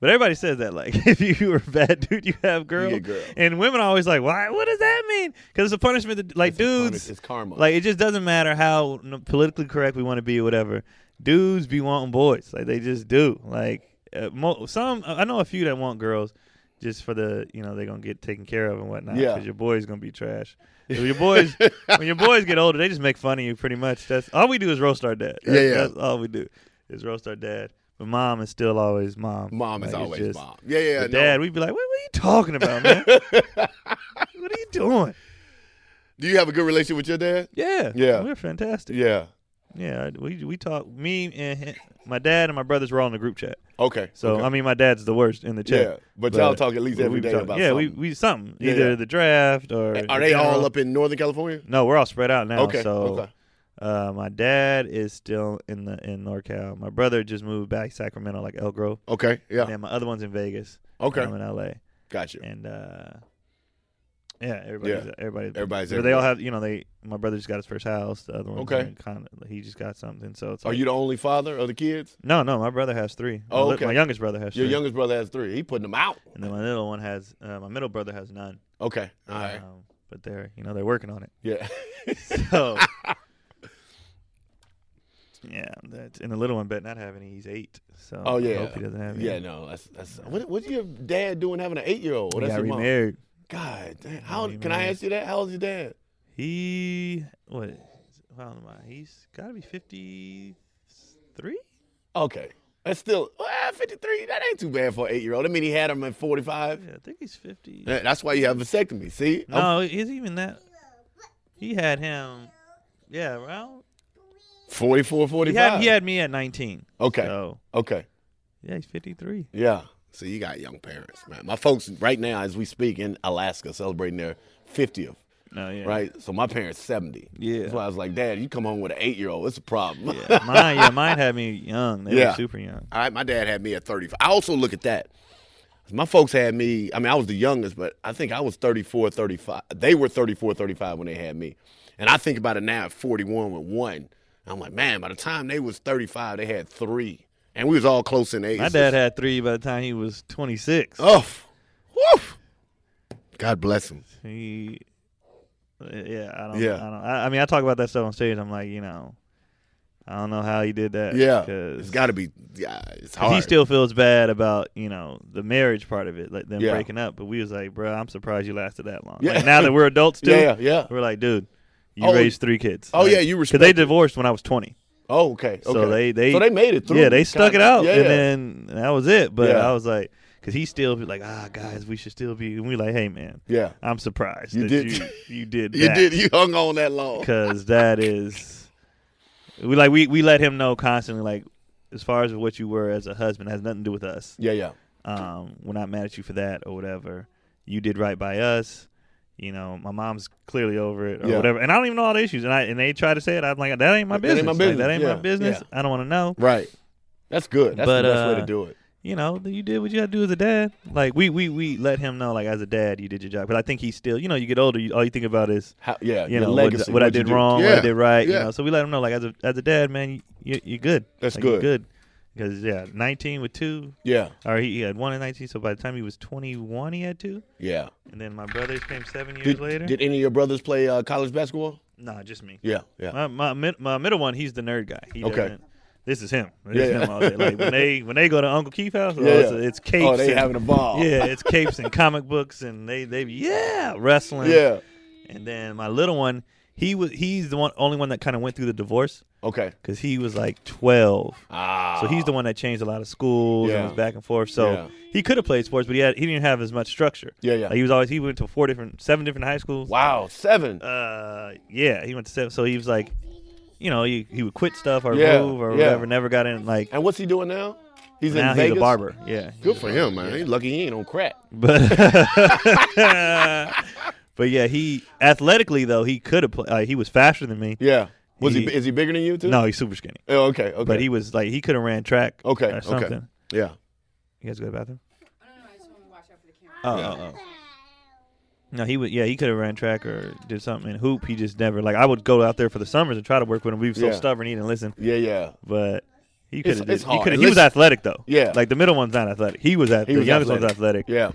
Speaker 1: But everybody says that like if you were a bad dude, you have girls.
Speaker 3: get girl.
Speaker 1: And women are always like, why? What does that mean? Because it's a punishment. That, like dudes,
Speaker 3: It's, karma.
Speaker 1: Like it just doesn't matter how n- politically correct we want to be or whatever. Dudes be wanting boys, like they just do. Like uh, mo- some, I know a few that want girls, just for the you know they're gonna get taken care of and whatnot.
Speaker 3: Yeah.
Speaker 1: because your boy's gonna be trash. When your boys, when your boys get older, they just make fun of you pretty much. That's all we do is roast our dad. That's,
Speaker 3: Yeah, yeah.
Speaker 1: That's all we do is roast our dad. But mom is still always mom.
Speaker 3: Mom is
Speaker 1: Like, it's
Speaker 3: always
Speaker 1: just-
Speaker 3: mom. Yeah, yeah.
Speaker 1: but
Speaker 3: no.
Speaker 1: Dad, we'd be like, what, what are you talking about, man? what are you doing?
Speaker 3: Do you have a good relationship with your dad?
Speaker 1: Yeah,
Speaker 3: Yeah.
Speaker 1: we're fantastic.
Speaker 3: Yeah.
Speaker 1: Yeah, I- we we talk. Me and him, my dad and my brothers were all in the group chat.
Speaker 3: Okay.
Speaker 1: So
Speaker 3: okay.
Speaker 1: I mean, my dad's the worst in the
Speaker 3: yeah.
Speaker 1: chat.
Speaker 3: but, y'all talk at least
Speaker 1: we-
Speaker 3: every
Speaker 1: we
Speaker 3: day
Speaker 1: talk-
Speaker 3: about
Speaker 1: yeah, we
Speaker 3: something.
Speaker 1: we something
Speaker 3: Yeah,
Speaker 1: either
Speaker 3: yeah.
Speaker 1: the draft or
Speaker 3: Are
Speaker 1: the
Speaker 3: they all
Speaker 1: general-
Speaker 3: up in Northern California?
Speaker 1: No, we're all spread out now.
Speaker 3: Okay,
Speaker 1: So
Speaker 3: okay.
Speaker 1: Uh, my dad is still in the in NorCal. My brother just moved back to Sacramento, like Elk Grove.
Speaker 3: Okay. Yeah.
Speaker 1: And then my other one's in Vegas.
Speaker 3: Okay.
Speaker 1: I'm in LA,
Speaker 3: Gotcha.
Speaker 1: and uh, Yeah, everybody's
Speaker 3: Yeah.
Speaker 1: everybody's
Speaker 3: Everybody's
Speaker 1: but they all
Speaker 3: everywhere.
Speaker 1: have you know they. My brother just got his first house. The other one
Speaker 3: Okay.
Speaker 1: kind of he just got something. So it's
Speaker 3: Are
Speaker 1: like-
Speaker 3: you the only father of the kids?
Speaker 1: No, no, my brother has three.
Speaker 3: Oh,
Speaker 1: my, li-
Speaker 3: okay.
Speaker 1: my youngest brother has
Speaker 3: Your
Speaker 1: three,
Speaker 3: youngest brother has three. He putting them out.
Speaker 1: and then my little one has. Uh, my middle brother has none.
Speaker 3: Okay. All right.
Speaker 1: Um, but they're you know they're working on it.
Speaker 3: Yeah.
Speaker 1: So yeah, that's, and the little one better not have any. He's eight. So
Speaker 3: Oh
Speaker 1: I
Speaker 3: yeah.
Speaker 1: hope he doesn't have any.
Speaker 3: Yeah. No. That's that's. What what's your dad doing having an eight year old?
Speaker 1: he
Speaker 3: That's
Speaker 1: got
Speaker 3: your mom.
Speaker 1: remarried.
Speaker 3: God. Damn. How
Speaker 1: Yeah,
Speaker 3: can I
Speaker 1: remarried.
Speaker 3: ask you that? How old's your dad?
Speaker 1: He what? How old am I? He's got to be fifty three.
Speaker 3: Okay. That's still well, 53. That ain't too bad for an eight year old. I mean, he had him at 45.
Speaker 1: Yeah, I think he's fifty.
Speaker 3: Yeah, That's why you have vasectomy. See?
Speaker 1: No,
Speaker 3: I'm-
Speaker 1: he's even that. He had him. Yeah, well,
Speaker 3: 44,
Speaker 1: he
Speaker 3: 45.
Speaker 1: had, he had me at nineteen.
Speaker 3: Okay.
Speaker 1: So
Speaker 3: Okay.
Speaker 1: yeah, he's fifty three.
Speaker 3: Yeah. So you got young parents, man. My folks, right now, as we speak, in Alaska, celebrating their 50th,
Speaker 1: No, yeah.
Speaker 3: right? So my parents, 70.
Speaker 1: Yeah.
Speaker 3: That's why I was like, Dad, you come home with an eight year old, it's a problem.
Speaker 1: Yeah, mine, yeah, mine had me young. They
Speaker 3: Yeah.
Speaker 1: were super young.
Speaker 3: All right, my dad had me at 35. I also look at that. My folks had me, I mean, I was the youngest, but I think I was 34, 35. They were 34, 35 when they had me. And I think about it now at 41 with one. I'm like, man, by the time they was 35, they had three. And we was all close in age.
Speaker 1: My dad had three by the time he was twenty six.
Speaker 3: Oh, woof. God bless him.
Speaker 1: He, uh, yeah, I don't.
Speaker 3: Yeah.
Speaker 1: Yeah. I, don't, I, I mean, I talk about that stuff on stage. I'm like, you know, I don't know how he did that.
Speaker 3: Yeah. It's
Speaker 1: because
Speaker 3: got to be, yeah, it's hard.
Speaker 1: he still feels bad about you know the marriage part of it, like them
Speaker 3: Yeah.
Speaker 1: breaking up. But we was like, bro, I'm surprised you lasted that long.
Speaker 3: Yeah.
Speaker 1: Like, now that we're adults too,
Speaker 3: yeah, yeah.
Speaker 1: we're like, dude, you
Speaker 3: Oh.
Speaker 1: raised three kids.
Speaker 3: Oh,
Speaker 1: Like,
Speaker 3: yeah, you
Speaker 1: 'cause
Speaker 3: respect
Speaker 1: they
Speaker 3: it.
Speaker 1: divorced when I was 20.
Speaker 3: Oh, okay.
Speaker 1: So
Speaker 3: okay.
Speaker 1: they- they-
Speaker 3: so they made it through.
Speaker 1: Yeah, they stuck it
Speaker 3: Kinda-
Speaker 1: out,
Speaker 3: Yeah,
Speaker 1: and
Speaker 3: yeah.
Speaker 1: then that was it. But
Speaker 3: Yeah.
Speaker 1: I was like, because he still be like, ah, guys, we should still be. And we like, hey, man,
Speaker 3: yeah.
Speaker 1: I'm surprised that
Speaker 3: You did-
Speaker 1: you you did
Speaker 3: You
Speaker 1: that.
Speaker 3: did, you hung on that long.
Speaker 1: because that is we like we we let him know constantly like as far as what you were as a husband has nothing to do with us
Speaker 3: Yeah, yeah.
Speaker 1: um we're not mad at you for that or whatever you did right by us you know my mom's clearly over it or
Speaker 3: Yeah.
Speaker 1: whatever and i don't even know all the issues and i and they try to say it i'm like that ain't my
Speaker 3: That ain't
Speaker 1: business
Speaker 3: my
Speaker 1: Like,
Speaker 3: business.
Speaker 1: that ain't
Speaker 3: Yeah,
Speaker 1: my business i don't want to know
Speaker 3: Right. That's good. That's
Speaker 1: But,
Speaker 3: the best way
Speaker 1: uh,
Speaker 3: to do it.
Speaker 1: you know you did what you had to do as a dad like we we we let him know like as a dad you did your job but i think he's still you know you get older you, all you think about is
Speaker 3: How, yeah,
Speaker 1: you
Speaker 3: Uh, your
Speaker 1: know
Speaker 3: legacy,
Speaker 1: what, what I
Speaker 3: you
Speaker 1: did
Speaker 3: do.
Speaker 1: wrong,
Speaker 3: Yeah,
Speaker 1: what I did right.
Speaker 3: Yeah,
Speaker 1: You know, so we let them know like as a as a dad, man, you, you are good.
Speaker 3: That's
Speaker 1: Like,
Speaker 3: good.
Speaker 1: You're good because yeah, 19 with two,
Speaker 3: yeah,
Speaker 1: or he, he had one at 19. So by the time he was 21, he had two,
Speaker 3: yeah.
Speaker 1: and then my brothers came seven years
Speaker 3: Did,
Speaker 1: later.
Speaker 3: did any of your brothers play uh, college basketball?
Speaker 1: nah, just me.
Speaker 3: Yeah, yeah.
Speaker 1: My my mid, my middle one, he's the nerd guy. He
Speaker 3: Okay.
Speaker 1: doesn't- This is him. This
Speaker 3: Yeah,
Speaker 1: is
Speaker 3: yeah.
Speaker 1: him all day. Like when they when they go to Uncle Keith's house, oh,
Speaker 3: Yeah,
Speaker 1: it's,
Speaker 3: yeah.
Speaker 1: it's capes.
Speaker 3: oh, they
Speaker 1: and,
Speaker 3: having a ball.
Speaker 1: yeah, it's capes and comic books, and they they yeah wrestling.
Speaker 3: yeah.
Speaker 1: And then my little one, he was he's the one only one that kind of went through the divorce
Speaker 3: Okay.
Speaker 1: because he was like 12.
Speaker 3: Ah.
Speaker 1: So he's the one that changed a lot of schools
Speaker 3: Yeah.
Speaker 1: and was back and forth. So
Speaker 3: Yeah.
Speaker 1: he could have played sports, but he had he didn't have as much structure.
Speaker 3: Yeah, yeah.
Speaker 1: Like, he was always he went to four different, seven different high schools.
Speaker 3: Wow, seven.
Speaker 1: Uh, yeah, he went to seven. So he was like, you know, he he would quit stuff or
Speaker 3: Yeah,
Speaker 1: move or
Speaker 3: yeah.
Speaker 1: whatever. Never got in like.
Speaker 3: and what's he doing now? He's
Speaker 1: Now he's
Speaker 3: in Vegas.
Speaker 1: a barber. Yeah.
Speaker 3: Good for him, man. He's lucky he ain't on crack.
Speaker 1: But. But yeah, he athletically though he could have played. Uh, he was faster than me.
Speaker 3: Yeah. Was he,
Speaker 1: He-
Speaker 3: Is he bigger than you too?
Speaker 1: No, he's super skinny.
Speaker 3: Oh, okay. Okay.
Speaker 1: But he was like he could have ran track.
Speaker 3: Okay.
Speaker 1: Or something.
Speaker 3: Okay. Yeah.
Speaker 1: You guys go to the bathroom.
Speaker 2: I don't know. I just want to watch out for the camera.
Speaker 1: Oh, oh, oh. No, he would. Yeah, he could have ran track or did something in hoop. He just never like. I would go out there for the summers and try to work with him. We were so
Speaker 3: Yeah.
Speaker 1: stubborn he didn't listen.
Speaker 3: Yeah. Yeah.
Speaker 1: But he
Speaker 3: It's-
Speaker 1: could have.
Speaker 3: it's hard.
Speaker 1: He could. He was
Speaker 3: Listen-
Speaker 1: athletic though.
Speaker 3: Yeah.
Speaker 1: Like the middle one's not athletic. He was at
Speaker 3: He
Speaker 1: the
Speaker 3: was
Speaker 1: youngest
Speaker 3: athletic.
Speaker 1: one's athletic.
Speaker 3: Yeah.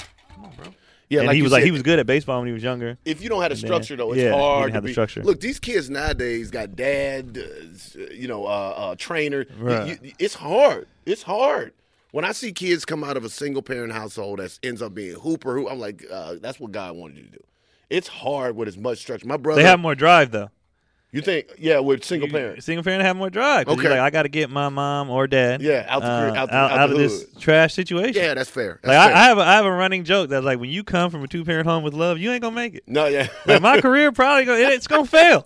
Speaker 3: Yeah.
Speaker 1: and
Speaker 3: like
Speaker 1: he
Speaker 3: you
Speaker 1: was like
Speaker 3: said,
Speaker 1: he was good at baseball when he was younger.
Speaker 3: if you don't have the
Speaker 1: then-
Speaker 3: structure though, it's
Speaker 1: yeah, you
Speaker 3: hard
Speaker 1: didn't
Speaker 3: to
Speaker 1: have the
Speaker 3: be-
Speaker 1: structure.
Speaker 3: Look, these kids nowadays got dad, uh, you know, uh, uh, trainer. You-
Speaker 1: Right.
Speaker 3: you- it's hard. It's hard. When I see kids come out of a single parent household that ends up being hooper, who I'm like, uh, that's what God wanted you to do. It's hard with as much structure. My brother,
Speaker 1: They have more drive though.
Speaker 3: you think, yeah, with single
Speaker 1: You-
Speaker 3: parents.
Speaker 1: Single parent have more drive. 'cause you're
Speaker 3: Okay.
Speaker 1: Like I got to get my mom or dad.
Speaker 3: Yeah, out the-
Speaker 1: uh,
Speaker 3: out the-
Speaker 1: out,
Speaker 3: out
Speaker 1: out
Speaker 3: the
Speaker 1: of this
Speaker 3: hood.
Speaker 1: trash situation.
Speaker 3: Yeah, that's fair. That's
Speaker 1: Like I,
Speaker 3: fair.
Speaker 1: I have a, I have a running joke that's like when you come from a two parent home with love, you ain't gonna make it.
Speaker 3: no, yeah,
Speaker 1: Like my career probably gonna, it- it's gonna fail.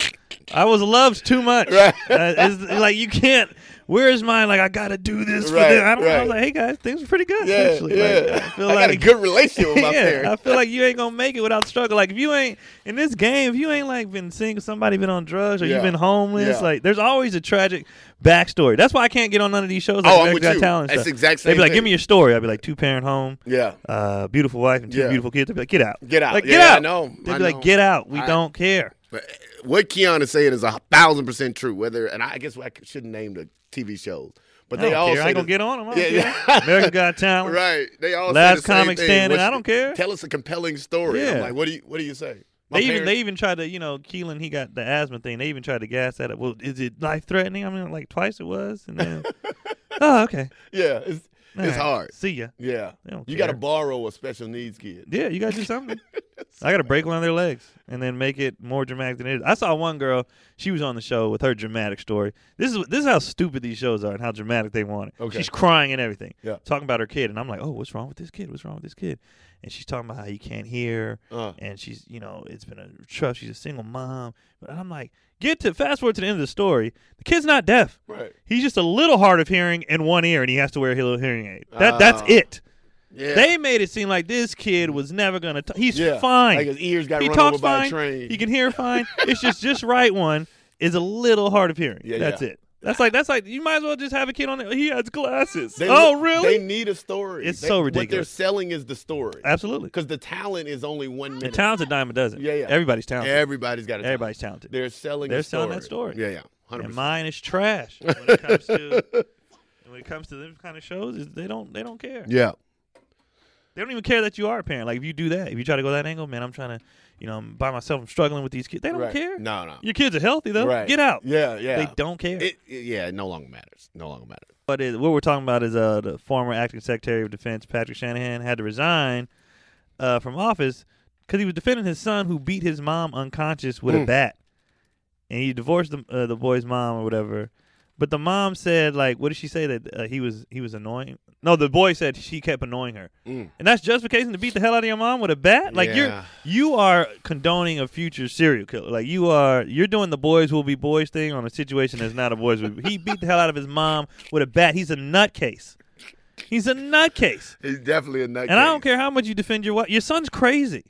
Speaker 1: I was loved too much.
Speaker 3: Right.
Speaker 1: Uh, it's like you can't. where's mine? Like I gotta do this.
Speaker 3: Right,
Speaker 1: for them. I don't know. I was
Speaker 3: right.
Speaker 1: like, hey guys, things are pretty good.
Speaker 3: Yeah,
Speaker 1: actually.
Speaker 3: yeah.
Speaker 1: Like, I feel
Speaker 3: I
Speaker 1: like
Speaker 3: got a good relationship with my
Speaker 1: yeah,
Speaker 3: parents.
Speaker 1: I feel like you ain't gonna make it without struggle. Like if you ain't in this game, if you ain't like been single, somebody been on drugs, or
Speaker 3: Yeah.
Speaker 1: you've been homeless.
Speaker 3: Yeah.
Speaker 1: Like there's always a tragic backstory. That's why I can't get on none of these shows. Like
Speaker 3: Oh, I'm
Speaker 1: America's
Speaker 3: with
Speaker 1: Got
Speaker 3: you.
Speaker 1: Talent.
Speaker 3: That's
Speaker 1: stuff.
Speaker 3: the exact
Speaker 1: They'd
Speaker 3: same
Speaker 1: be like,
Speaker 3: thing.
Speaker 1: give me your story. I'd be like, two parent home,
Speaker 3: Yeah.
Speaker 1: uh, beautiful wife and two
Speaker 3: Yeah.
Speaker 1: beautiful kids. They'd be like, get out,
Speaker 3: Get out.
Speaker 1: like
Speaker 3: Yeah,
Speaker 1: get out.
Speaker 3: I know.
Speaker 1: They'd
Speaker 3: I
Speaker 1: be
Speaker 3: know.
Speaker 1: like, get out. We
Speaker 3: I-
Speaker 1: don't care.
Speaker 3: But eh, what Kiana said is a thousand percent true. Whether and I guess I shouldn't name the TV shows, but
Speaker 1: I
Speaker 3: they
Speaker 1: don't
Speaker 3: all
Speaker 1: care. I
Speaker 3: say
Speaker 1: ain't gonna
Speaker 3: the-
Speaker 1: get on them. I don't
Speaker 3: Yeah,
Speaker 1: care.
Speaker 3: yeah.
Speaker 1: America's Got Talent.
Speaker 3: Right. They all say
Speaker 1: Last
Speaker 3: the same
Speaker 1: comic
Speaker 3: thing.
Speaker 1: standing,
Speaker 3: What's-
Speaker 1: I don't care.
Speaker 3: Tell us a compelling story. I'm
Speaker 1: Yeah.
Speaker 3: like, what do you what do you say? My
Speaker 1: They even
Speaker 3: parents-
Speaker 1: they even tried to you know Keelan he got the asthma thing. They even tried to gas at it. Well, is it life threatening? I mean, like twice it was, and then oh okay,
Speaker 3: yeah, it's
Speaker 1: All
Speaker 3: it's
Speaker 1: right.
Speaker 3: hard.
Speaker 1: See ya.
Speaker 3: Yeah,
Speaker 1: They don't
Speaker 3: you got to
Speaker 1: care.
Speaker 3: borrow a special needs kid.
Speaker 1: Yeah, you gotta do something. I gotta break one of their legs and then make it more dramatic than it is. I saw one girl; she was on the show with her dramatic story. This is this is how stupid these shows are and how dramatic they want it.
Speaker 3: Okay.
Speaker 1: She's crying and everything,
Speaker 3: Yeah.
Speaker 1: talking about her kid, and I'm like, "Oh, what's wrong with this kid? What's wrong with this kid?" And she's talking about how you can't hear,
Speaker 3: Uh.
Speaker 1: and she's you know it's been a trust. She's a single mom, but I'm like, get to fast forward to the end of the story. The kid's not deaf.
Speaker 3: Right.
Speaker 1: He's just a little hard of hearing in one ear, and he has to wear a little hearing aid. That that's
Speaker 3: Ah.
Speaker 1: it.
Speaker 3: Yeah,
Speaker 1: They made it seem like this kid was never gonna. T- he's
Speaker 3: yeah.
Speaker 1: fine.
Speaker 3: Like his ears got
Speaker 1: he
Speaker 3: run over
Speaker 1: talks
Speaker 3: by
Speaker 1: fine.
Speaker 3: a train.
Speaker 1: He can hear fine. it's just just right one is a little hard of hearing.
Speaker 3: Yeah,
Speaker 1: that's
Speaker 3: yeah.
Speaker 1: it. That's like that's like you might as well just have a kid on there. He has glasses.
Speaker 3: They-
Speaker 1: oh really?
Speaker 3: They need a story.
Speaker 1: It's
Speaker 3: They-
Speaker 1: so
Speaker 3: What they're
Speaker 1: ridiculous.
Speaker 3: selling is the story
Speaker 1: Absolutely.
Speaker 3: because the talent is only one
Speaker 1: The
Speaker 3: minute.
Speaker 1: town's a dime a dozen.
Speaker 3: Yeah, yeah.
Speaker 1: Everybody's talented.
Speaker 3: Everybody's got a talent.
Speaker 1: Everybody's talented.
Speaker 3: They're selling.
Speaker 1: They're
Speaker 3: a story.
Speaker 1: selling that story.
Speaker 3: Yeah, yeah, hundred
Speaker 1: and
Speaker 3: percent.
Speaker 1: mine is trash when it comes to when it comes to them kind of shows. Is they don't they don't care.
Speaker 3: Yeah,
Speaker 1: They don't even care that you are a parent. Like if you do that, if you try to go that angle, man, I'm trying to, you know, I'm by myself. I'm struggling with these kids. They don't
Speaker 3: right.
Speaker 1: care.
Speaker 3: No, no.
Speaker 1: Your kids are healthy though.
Speaker 3: right.
Speaker 1: Get out.
Speaker 3: Yeah, yeah.
Speaker 1: They don't care.
Speaker 3: It, it- yeah, it no longer matters. No longer matters.
Speaker 1: But it, what we're talking about is uh, the former acting secretary of defense, Patrick Shanahan, had to resign uh, from office because he was defending his son who beat his mom unconscious with a
Speaker 3: Mm.
Speaker 1: bat, and he divorced the uh, the boy's mom or whatever. But the mom said, like, what did she say that uh, he was he was annoying? No, the boy said she kept annoying her,
Speaker 3: Mm.
Speaker 1: and that's justification to beat the hell out of your mom with a bat. Like
Speaker 3: Yeah.
Speaker 1: you're you are condoning a future serial killer. Like you are you're doing the boys will be boys thing on a situation that's not a boys will be. He beat the hell out of his mom with a bat. He's a nutcase. He's a nutcase.
Speaker 3: He's definitely a nutcase.
Speaker 1: And I don't care how much you defend your wife. Your son's crazy.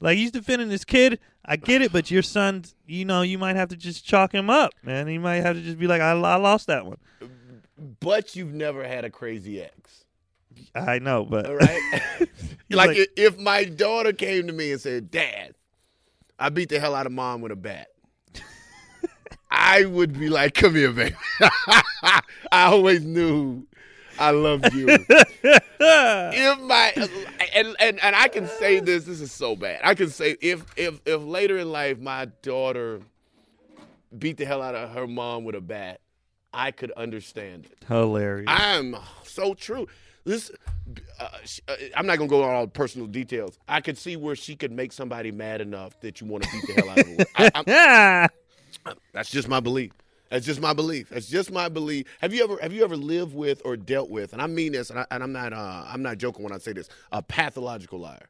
Speaker 1: Like he's defending this kid. I get it, but your son, you know, you might have to just chalk him up, man. He might have to just be like, I, I lost that one.
Speaker 3: But you've never had a crazy ex,
Speaker 1: I know, but
Speaker 3: all right? like,
Speaker 1: like-
Speaker 3: i- if my daughter came to me and said, "Dad, I beat the hell out of mom with a bat," I would be like, "Come here, baby." I always knew I loved you. if my and, and and I can say this, this is so bad. I can say if if if later in life my daughter beat the hell out of her mom with a bat, I could understand it.
Speaker 1: hilarious.
Speaker 3: I'm so true. This, uh, sh- uh, I'm not gonna go on all the personal details. I could see where she could make somebody mad enough that you want to beat the hell out of her. I, I'm-
Speaker 1: yeah.
Speaker 3: that's just my belief. That's just my belief. That's just my belief. Have you ever have you ever lived with or dealt with? And I mean this, and, I, and I'm not uh, I'm not joking when I say this. A pathological liar.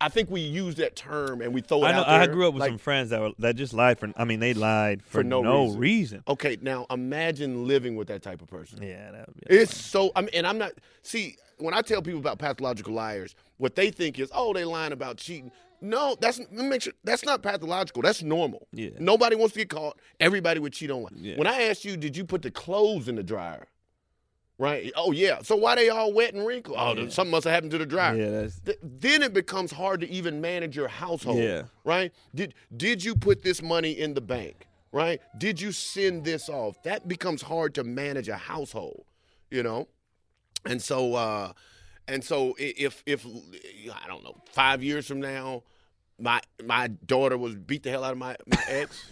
Speaker 3: I think we use that term and we throw it
Speaker 1: I know.
Speaker 3: out there.
Speaker 1: I grew up with
Speaker 3: like,
Speaker 1: some friends that were that just lied for. I mean, they lied for,
Speaker 3: For no
Speaker 1: no,
Speaker 3: reason. Oh.
Speaker 1: reason.
Speaker 3: Okay, now imagine living with that type of person.
Speaker 1: Yeah, that would be.
Speaker 3: It's so. I mean, and I'm not. See, when I tell people about pathological liars, what they think is, oh, they lying about cheating. No, that's let me make sure that's not pathological. That's normal.
Speaker 1: Yeah.
Speaker 3: Nobody wants to get caught. Everybody would cheat online.
Speaker 1: Yeah.
Speaker 3: When I asked you, did you put the clothes in the dryer? Right. Oh yeah. So why they all wet and wrinkled? Oh,
Speaker 1: Yeah.
Speaker 3: something must have happened to the dryer.
Speaker 1: yeah, that's.
Speaker 3: Th- then it becomes hard to even manage your household.
Speaker 1: Yeah.
Speaker 3: Right? Did did you put this money in the bank? Right? Did you send this off? That becomes hard to manage a household, you know? And so uh and so i- if if I don't know, 5 years from now my my daughter was beat the hell out of my my ex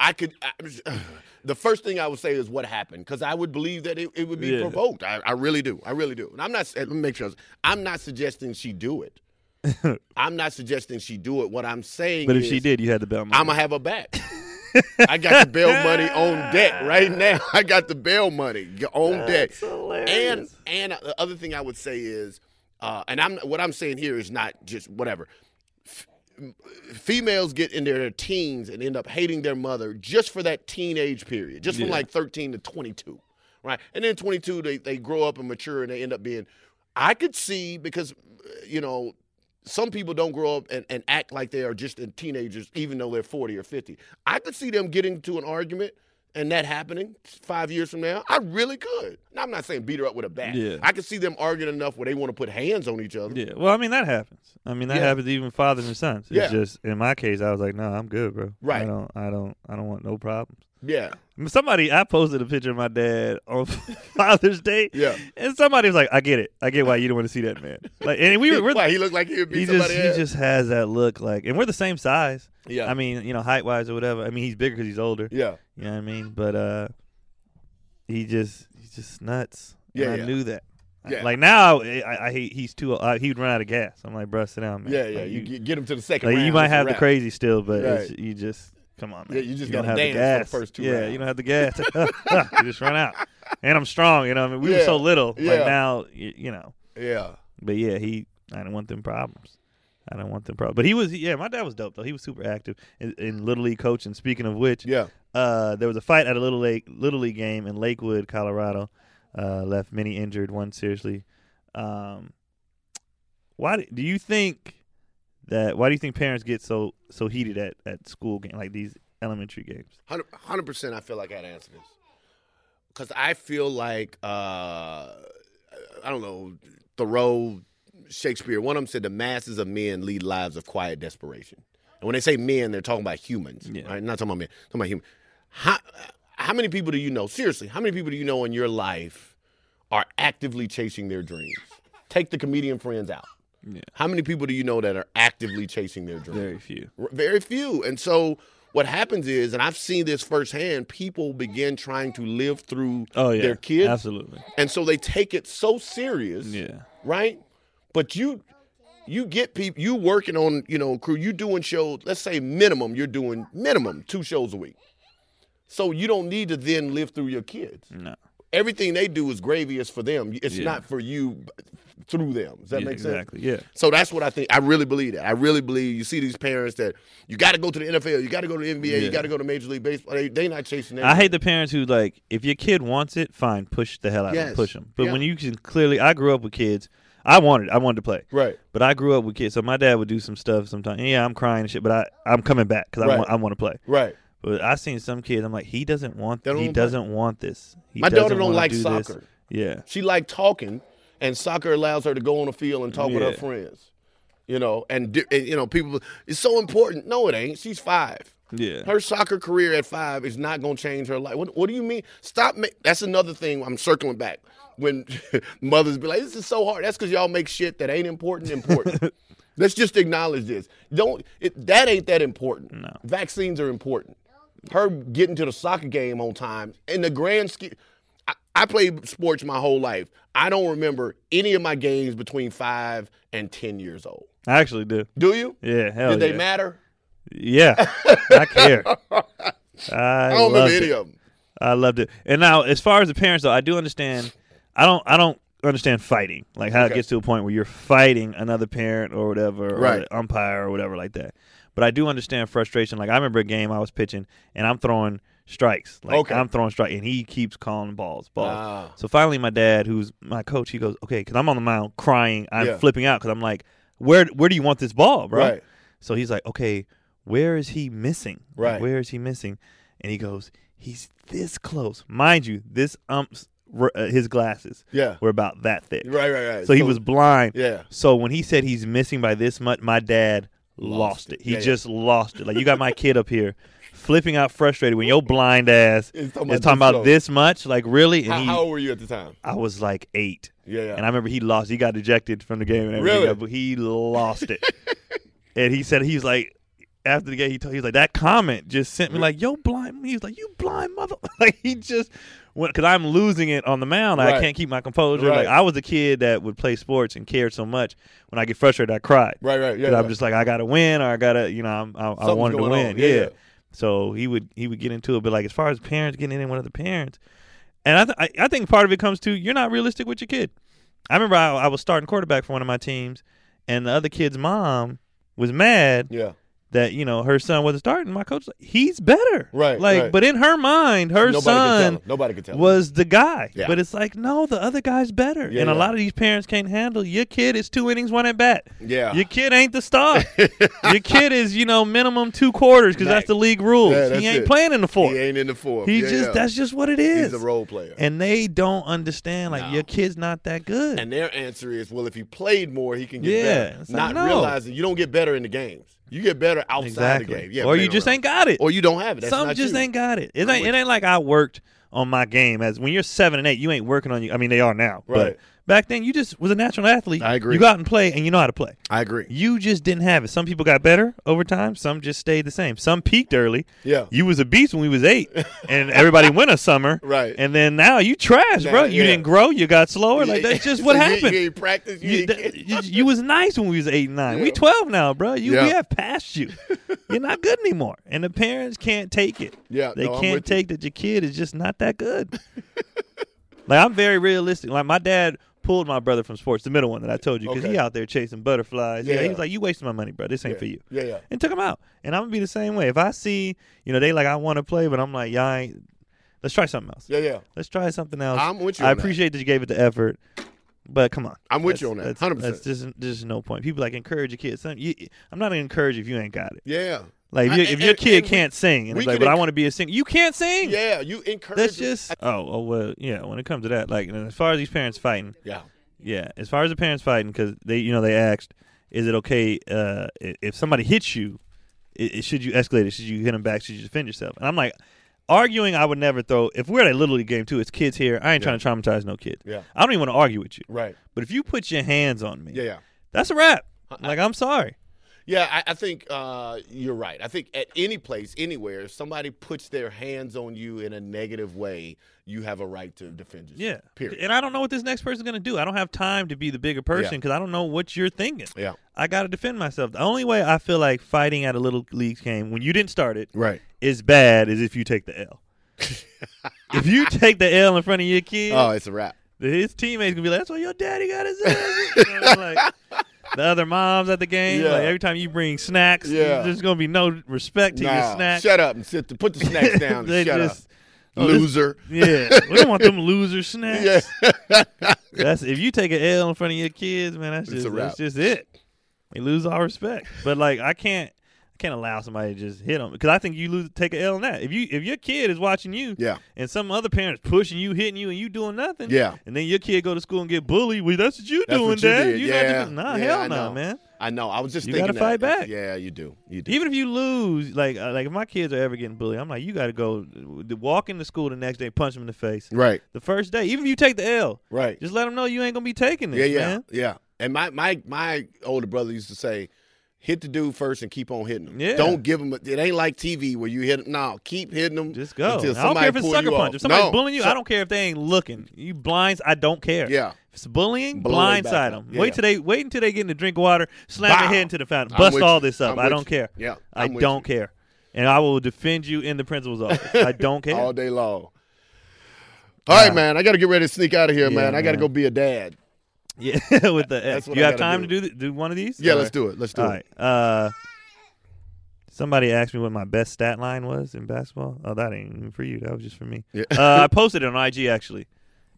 Speaker 3: I could. I, the first thing I would say is what happened because I would believe that it, it would be
Speaker 1: Yeah.
Speaker 3: provoked. I, I really do. I really do. And I'm not. Let me make sure. I'm not suggesting she do it. I'm not suggesting she do it. What I'm saying.
Speaker 1: But if she
Speaker 3: is,
Speaker 1: did, you had the bell.
Speaker 3: I'm gonna have her back. I got the bail money on deck right now. I got the bail money on deck. And and the other thing I would say is, uh, and I'm what I'm saying here is not just whatever. F- females get in their teens and end up hating their mother just for that teenage period, just from
Speaker 1: Yeah.
Speaker 3: like 13 to 22, right? And then 22, they, they grow up and mature and they end up being. I could see because, you know, some people don't grow up and, and act like they are just in teenagers, even though they're 40 or 50. I could see them getting to an argument and that happening five years from now. I really could. Now, I'm not saying beat her up with a bat.
Speaker 1: Yeah.
Speaker 3: I could see them arguing enough where they want to put hands on each other.
Speaker 1: Yeah. Well, I mean that happens. I mean that
Speaker 3: Yeah.
Speaker 1: happens even fathers and sons. It's
Speaker 3: Yeah.
Speaker 1: just in my case, I was like, no, I'm good, bro. I
Speaker 3: Right.
Speaker 1: don't. I don't. I don't want no problems.
Speaker 3: Yeah.
Speaker 1: I mean, Somebody, I posted a picture of my dad on Father's Day.
Speaker 3: Yeah.
Speaker 1: And somebody was like, I get it. I get why you don't want to see that man. Like, and we were. We're
Speaker 3: Why, he looked like he would beat
Speaker 1: he just
Speaker 3: somebody
Speaker 1: he
Speaker 3: else.
Speaker 1: just has that look like, and we're the same size.
Speaker 3: yeah.
Speaker 1: I mean, you know, height wise or whatever. I mean, he's bigger because he's older.
Speaker 3: yeah.
Speaker 1: You know what I mean? But uh, he just he's just nuts.
Speaker 3: Yeah,
Speaker 1: and I
Speaker 3: yeah.
Speaker 1: knew that.
Speaker 3: Yeah.
Speaker 1: Like now, I, I, I he- he's too. Uh, he would run out of gas. I'm like, bruh, sit down, man.
Speaker 3: Yeah, yeah.
Speaker 1: Like,
Speaker 3: You, get- get him to the second
Speaker 1: like,
Speaker 3: round.
Speaker 1: you might
Speaker 3: it's a
Speaker 1: have the
Speaker 3: wrap.
Speaker 1: crazy still, but it's,
Speaker 3: Right.
Speaker 1: you just come on, man.
Speaker 3: Yeah, you just
Speaker 1: don't
Speaker 3: gotta
Speaker 1: have the
Speaker 3: dance for the
Speaker 1: gas.
Speaker 3: first two
Speaker 1: Yeah,
Speaker 3: rounds.
Speaker 1: you don't have the gas. you just run out. And I'm strong. You know, what I mean, we were
Speaker 3: Yeah,
Speaker 1: so little. Like
Speaker 3: yeah.
Speaker 1: now, you, you know.
Speaker 3: Yeah.
Speaker 1: But yeah, he. I didn't want them problems. I don't want them problems. But he was. Yeah, my dad was dope though. He was super active in, in little league coaching. Speaking of which,
Speaker 3: Yeah.
Speaker 1: uh, there was a fight at a little lake little league game in Lakewood, Colorado. Uh, left many injured, one seriously. Um, why do, do you think that? Why do you think parents get so so heated at at school game like these elementary games?
Speaker 3: Hundred- 100% I feel like I'd answer this. Because I feel like, uh, I don't know, Thoreau, Shakespeare, one of them said the masses of men lead lives of quiet desperation. And when they say men, they're talking about humans.
Speaker 1: Yeah.
Speaker 3: Right? Not talking about men, talking about humans. How, how many people do you know, seriously, how many people do you know in your life are actively chasing their dreams? Take the comedian friends out.
Speaker 1: Yeah.
Speaker 3: How many people do you know that are actively chasing their dreams?
Speaker 1: few.
Speaker 3: R- Very few. And so what happens is, and I've seen this firsthand, people begin trying to live through
Speaker 1: Oh yeah,
Speaker 3: their kids.
Speaker 1: absolutely.
Speaker 3: And so they take it so serious,
Speaker 1: Yeah,
Speaker 3: right? But you you get people you working on, you know, crew, you doing shows, let's say minimum, you're doing minimum two shows a week. So you don't need to then live through your kids.
Speaker 1: no,
Speaker 3: Everything they do is gravy is for them. It's
Speaker 1: Mm. Yeah.
Speaker 3: not for you but through them. Does that
Speaker 1: yeah,
Speaker 3: make sense?
Speaker 1: exactly. Yeah,
Speaker 3: So that's what I think. I really believe that. I really believe you see these parents that you got to go to the NFL, you got to go to the NBA,
Speaker 1: Yeah.
Speaker 3: you got to go to Major League Baseball. They they not chasing that.
Speaker 1: I hate the parents who like if your kid wants it, fine, push the hell out of them,
Speaker 3: Yes.
Speaker 1: push them. But
Speaker 3: Yeah.
Speaker 1: when you can clearly, I grew up with kids. I wanted, I wanted to play.
Speaker 3: right.
Speaker 1: But I grew up with kids, so my dad would do some stuff sometimes. Yeah, I'm crying and shit, but I I'm coming back because I
Speaker 3: Right.
Speaker 1: want I want to play.
Speaker 3: Right.
Speaker 1: But I seen some kids. I'm like, he doesn't want.
Speaker 3: They don't
Speaker 1: he
Speaker 3: wanna play.
Speaker 1: doesn't want this. He
Speaker 3: My daughter
Speaker 1: doesn't
Speaker 3: don't
Speaker 1: wanna
Speaker 3: like
Speaker 1: do this.
Speaker 3: soccer.
Speaker 1: Yeah,
Speaker 3: She like talking, and soccer allows her to go on the field and talk with her
Speaker 1: Yeah.
Speaker 3: friends. You know, and, di- and you know people. It's so important. No, it ain't. She's five.
Speaker 1: yeah.
Speaker 3: Her soccer career at five is not going to change her life. What, what do you mean? Stop. Ma- That's another thing. I'm circling back when mothers be like, "This is so hard." That's because y'all make shit that ain't important important. Let's just acknowledge this. Don't it, that ain't that important.
Speaker 1: No.
Speaker 3: Vaccines are important. Her getting to the soccer game on time in the grand scheme. I, I played sports my whole life. I don't remember any of my games between five and ten years old.
Speaker 1: I actually do.
Speaker 3: Do you?
Speaker 1: Yeah, hell
Speaker 3: Did they
Speaker 1: yeah.
Speaker 3: matter?
Speaker 1: Yeah, I care. I,
Speaker 3: I don't
Speaker 1: loved
Speaker 3: remember
Speaker 1: it.
Speaker 3: any of them.
Speaker 1: I loved it. And now, as far as the parents though, I do understand. I don't. I don't understand fighting. Like how it
Speaker 3: Okay.
Speaker 1: gets to a point where you're fighting another parent or whatever, or
Speaker 3: Right.
Speaker 1: the umpire or whatever like that. But I do understand frustration. Like I remember a game I was pitching and I'm throwing strikes. Like
Speaker 3: Okay.
Speaker 1: I'm throwing strike, and he keeps calling balls, balls.
Speaker 3: Ah.
Speaker 1: So finally, my dad, who's my coach, he goes, "Okay," because I'm on the mound crying. I'm
Speaker 3: Yeah.
Speaker 1: flipping out because I'm like, "Where, where do you want this ball, bro?"
Speaker 3: Right.
Speaker 1: So he's like, okay, where is he missing? Like,
Speaker 3: Right.
Speaker 1: where is he missing? And he goes, he's this close. Mind you, this ump's, r- uh, his glasses
Speaker 3: Yeah.
Speaker 1: were about that thick.
Speaker 3: Right, right, right.
Speaker 1: So he was blind.
Speaker 3: Yeah.
Speaker 1: So when he said he's missing by this much, my dad lost,
Speaker 3: Lost
Speaker 1: it.
Speaker 3: it.
Speaker 1: He
Speaker 3: Yeah, yeah.
Speaker 1: just lost it. Like, you got my kid up here flipping out frustrated when your blind ass
Speaker 3: It's
Speaker 1: is
Speaker 3: talking
Speaker 1: talking
Speaker 3: about
Speaker 1: about,
Speaker 3: this low.
Speaker 1: this much. Like, really? And
Speaker 3: How,
Speaker 1: he,
Speaker 3: how old were you at the time?
Speaker 1: I was like eight.
Speaker 3: Yeah, yeah.
Speaker 1: And I remember he lost. He got ejected from the game and everything.
Speaker 3: Really?
Speaker 1: But he lost it. and he said he's like after the game he told he was like that comment just sent
Speaker 3: Mm-hmm.
Speaker 1: me like yo blind. He was like you blind mother. like he just went because I'm losing it on the mound. I
Speaker 3: Right.
Speaker 1: can't keep my composure.
Speaker 3: Right.
Speaker 1: Like I was a kid that would play sports and cared so much. When I get frustrated, I cried.
Speaker 3: Right, right, yeah,
Speaker 1: 'Cause I'm
Speaker 3: yeah.
Speaker 1: just like I gotta win or I gotta you know I'm, I, I
Speaker 3: Something's
Speaker 1: wanted to
Speaker 3: going
Speaker 1: win.
Speaker 3: on. Yeah, yeah.
Speaker 1: So he would he would get into it, but like as far as parents getting in with other parents, and I, th- I I think part of it comes to you're not realistic with your kid. I remember I, I was starting quarterback for one of my teams, and the other kid's mom was mad
Speaker 3: Yeah.
Speaker 1: that you know her son wasn't starting. My coach, was like, he's better,
Speaker 3: Right,
Speaker 1: Like,
Speaker 3: right.
Speaker 1: but in her mind, her
Speaker 3: Nobody could tell
Speaker 1: son
Speaker 3: him. Nobody could tell him.
Speaker 1: was the guy.
Speaker 3: Yeah.
Speaker 1: But it's like, no, the other guy's better.
Speaker 3: Yeah,
Speaker 1: and a
Speaker 3: yeah.
Speaker 1: lot of these parents can't handle your kid is two innings, one at bat.
Speaker 3: Yeah.
Speaker 1: Your kid ain't the star. your kid is, you know, minimum two quarters because that's the league rules.
Speaker 3: Yeah, that's
Speaker 1: he ain't
Speaker 3: it.
Speaker 1: playing in the fourth.
Speaker 3: He ain't in the fourth.
Speaker 1: He
Speaker 3: Yeah,
Speaker 1: just
Speaker 3: yeah.
Speaker 1: that's just what it is.
Speaker 3: He's a role player.
Speaker 1: And they don't understand like
Speaker 3: No.
Speaker 1: your kid's not that good.
Speaker 3: And their answer is, well, if he played more, he can get
Speaker 1: Yeah,
Speaker 3: better.
Speaker 1: it's like,
Speaker 3: Not
Speaker 1: no.
Speaker 3: realizing you don't get better in the games. You get better outside the game. Yeah,
Speaker 1: or you
Speaker 3: playing
Speaker 1: just
Speaker 3: around.
Speaker 1: ain't got it.
Speaker 3: Or you don't have it. That's
Speaker 1: Some
Speaker 3: not
Speaker 1: just
Speaker 3: you.
Speaker 1: ain't got it. It
Speaker 3: I'm
Speaker 1: ain't,
Speaker 3: with
Speaker 1: it ain't like I worked on my game as when you're seven and eight, you ain't working on you. I mean, they are now,
Speaker 3: Right.
Speaker 1: but back then you just was a natural athlete.
Speaker 3: I agree.
Speaker 1: You go out and play, and you know how to play.
Speaker 3: I agree.
Speaker 1: You just didn't have it. Some people got better over time. Some just stayed the same. Some peaked early.
Speaker 3: Yeah.
Speaker 1: Oh. You was a beast when we was eight, and everybody went a summer.
Speaker 3: Right.
Speaker 1: And then now you trash,
Speaker 3: Nah,
Speaker 1: bro. You
Speaker 3: yeah.
Speaker 1: didn't grow. You got slower. Like
Speaker 3: Yeah,
Speaker 1: that's just
Speaker 3: so
Speaker 1: what
Speaker 3: you-
Speaker 1: happened.
Speaker 3: You ain't practice. You,
Speaker 1: You,
Speaker 3: ain't
Speaker 1: that-
Speaker 3: get-
Speaker 1: you, you was nice when we was eight and nine. We
Speaker 3: Yeah.
Speaker 1: twelve now, bro. You
Speaker 3: Yeah.
Speaker 1: we have passed you. You're not good anymore, and the parents can't take it.
Speaker 3: Yeah,
Speaker 1: they
Speaker 3: no, I'm
Speaker 1: can't
Speaker 3: with you.
Speaker 1: take that your kid is just not that good. like I'm very realistic. Like my dad pulled my brother from sports, the middle one that I told you, because he
Speaker 3: Okay.
Speaker 1: out there chasing butterflies. Yeah.
Speaker 3: Yeah.
Speaker 1: he was like, "You wasting my money, bro. This ain't for you."
Speaker 3: Yeah, yeah.
Speaker 1: and took them out. And I'm gonna be the same way. If I see, you know, they like I want to play, but I'm like, y'all ain't. Let's try something else.
Speaker 3: Yeah, yeah.
Speaker 1: Let's try something else.
Speaker 3: I'm with you
Speaker 1: I
Speaker 3: on that.
Speaker 1: appreciate that you gave it the effort, but come on.
Speaker 3: I'm with
Speaker 1: That's-
Speaker 3: you on that,
Speaker 1: that's-
Speaker 3: 100%.
Speaker 1: That's just there's no point. People like encourage your kids. Some, you, I'm not gonna encourage if you ain't got it.
Speaker 3: Yeah.
Speaker 1: Like if,
Speaker 3: I-
Speaker 1: you, if
Speaker 3: and-
Speaker 1: your
Speaker 3: and-
Speaker 1: kid
Speaker 3: and we-
Speaker 1: can't sing, and
Speaker 3: we
Speaker 1: it's like,
Speaker 3: can
Speaker 1: but I
Speaker 3: enc-
Speaker 1: want to be a singer. You can't sing.
Speaker 3: Yeah, you encourage.
Speaker 1: That's
Speaker 3: them.
Speaker 1: just oh, oh well yeah. When it comes to that, like and as far as these parents fighting,
Speaker 3: Yeah.
Speaker 1: yeah. As far as the parents fighting, because they you know they asked, is it okay uh, i- if somebody hits you? It, it, should you escalate it? Should you hit them back? Should you defend yourself? And I'm like, arguing, I would never throw. If we're at a little league game too, it's kids here. I ain't trying to traumatize no kid.
Speaker 3: Yeah.
Speaker 1: I don't even want to argue with you.
Speaker 3: Right.
Speaker 1: But if you put your hands on me,
Speaker 3: Yeah, yeah.
Speaker 1: that's a wrap. Like I'm sorry.
Speaker 3: Yeah, I, I think uh, you're right. I think at any place, anywhere, if somebody puts their hands on you in a negative way, you have a right to defend
Speaker 1: Yeah.
Speaker 3: yourself. Period.
Speaker 1: And I don't know what this next person's gonna do. I don't have time to be the bigger person because I don't know what you're thinking.
Speaker 3: Yeah.
Speaker 1: I gotta defend myself. The only way I feel like fighting at a little league game when you didn't start it is
Speaker 3: Right.
Speaker 1: bad is if you take the L. if you take the L in front of your kid,
Speaker 3: Oh, it's a wrap.
Speaker 1: his teammates gonna be like, "That's why your daddy got his ass." beat." You know, like, the other moms at the game,
Speaker 3: Yeah.
Speaker 1: like every time you bring snacks,
Speaker 3: Yeah.
Speaker 1: there's gonna be no respect to your
Speaker 3: Nah,
Speaker 1: snacks.
Speaker 3: shut up and sit. The, put the snacks down.
Speaker 1: They
Speaker 3: and shut
Speaker 1: just-
Speaker 3: up,
Speaker 1: oh, this-
Speaker 3: loser.
Speaker 1: Yeah, we don't want them loser snacks.
Speaker 3: Yeah.
Speaker 1: That's if you take an L in front of your kids, man. That's
Speaker 3: It's
Speaker 1: just
Speaker 3: a wrap.
Speaker 1: that's just it. We lose all respect. But like, I can't, I can't allow somebody to just hit them because I think you lose take an L on that. If you if your kid is watching you,
Speaker 3: Yeah.
Speaker 1: and some other parents pushing you, hitting you, and you doing nothing,
Speaker 3: Yeah.
Speaker 1: and then your kid go to school and get bullied. Well, that's what you
Speaker 3: That's
Speaker 1: doing,
Speaker 3: what you
Speaker 1: Dad.
Speaker 3: did.
Speaker 1: You
Speaker 3: yeah.
Speaker 1: got to do, nah,
Speaker 3: Yeah, I
Speaker 1: hell no,
Speaker 3: know.
Speaker 1: man.
Speaker 3: I know. I was just
Speaker 1: You
Speaker 3: thinking.
Speaker 1: gotta fight
Speaker 3: that.
Speaker 1: back.
Speaker 3: Yeah, you do. You do.
Speaker 1: Even if you lose, like uh, like if my kids are ever getting bullied, I'm like, you got to go uh, walk into school the next day, punch them in the face.
Speaker 3: right.
Speaker 1: The first day, even if you take the L,
Speaker 3: Right.
Speaker 1: just let them know you ain't gonna be taking this,
Speaker 3: yeah, yeah,
Speaker 1: man.
Speaker 3: yeah. And my my my older brother used to say, hit the dude first and keep on hitting him.
Speaker 1: Yeah.
Speaker 3: Don't give him. A, it ain't like TV where you hit him. No, keep hitting him.
Speaker 1: Just go.
Speaker 3: Until
Speaker 1: I don't
Speaker 3: somebody
Speaker 1: care if it's
Speaker 3: pull
Speaker 1: sucker
Speaker 3: you
Speaker 1: punch.
Speaker 3: off.
Speaker 1: If somebody's
Speaker 3: no.
Speaker 1: bullying you,
Speaker 3: So-
Speaker 1: I don't care if they ain't looking. You blinds, I don't care.
Speaker 3: Yeah.
Speaker 1: If it's bullying,
Speaker 3: Blow it
Speaker 1: blindside
Speaker 3: back
Speaker 1: them.
Speaker 3: up. Yeah,
Speaker 1: wait
Speaker 3: yeah.
Speaker 1: till they wait until they get in the drink water, slam their
Speaker 3: Bow.
Speaker 1: head into the fountain,
Speaker 3: I'm
Speaker 1: bust
Speaker 3: with
Speaker 1: all
Speaker 3: you.
Speaker 1: this up.
Speaker 3: I'm
Speaker 1: I
Speaker 3: with
Speaker 1: don't
Speaker 3: you.
Speaker 1: care.
Speaker 3: Yeah,
Speaker 1: I
Speaker 3: I'm with
Speaker 1: don't
Speaker 3: you.
Speaker 1: care, and I will defend you in the principal's office. I don't care.
Speaker 3: All day long. All right, man. I got to get ready to sneak out of here,
Speaker 1: Yeah,
Speaker 3: man. I got to
Speaker 1: man.
Speaker 3: go be a dad.
Speaker 1: Yeah, with the F.
Speaker 3: That's what
Speaker 1: you
Speaker 3: I
Speaker 1: have
Speaker 3: gotta
Speaker 1: time
Speaker 3: do.
Speaker 1: to do th- do one of these?
Speaker 3: Yeah,
Speaker 1: Or-
Speaker 3: let's do it. Let's do
Speaker 1: All
Speaker 3: it.
Speaker 1: right. Uh, somebody asked me what my best stat line was in basketball. Oh, that ain't even for you. That was just for me.
Speaker 3: Yeah.
Speaker 1: Uh, I posted it on IG actually.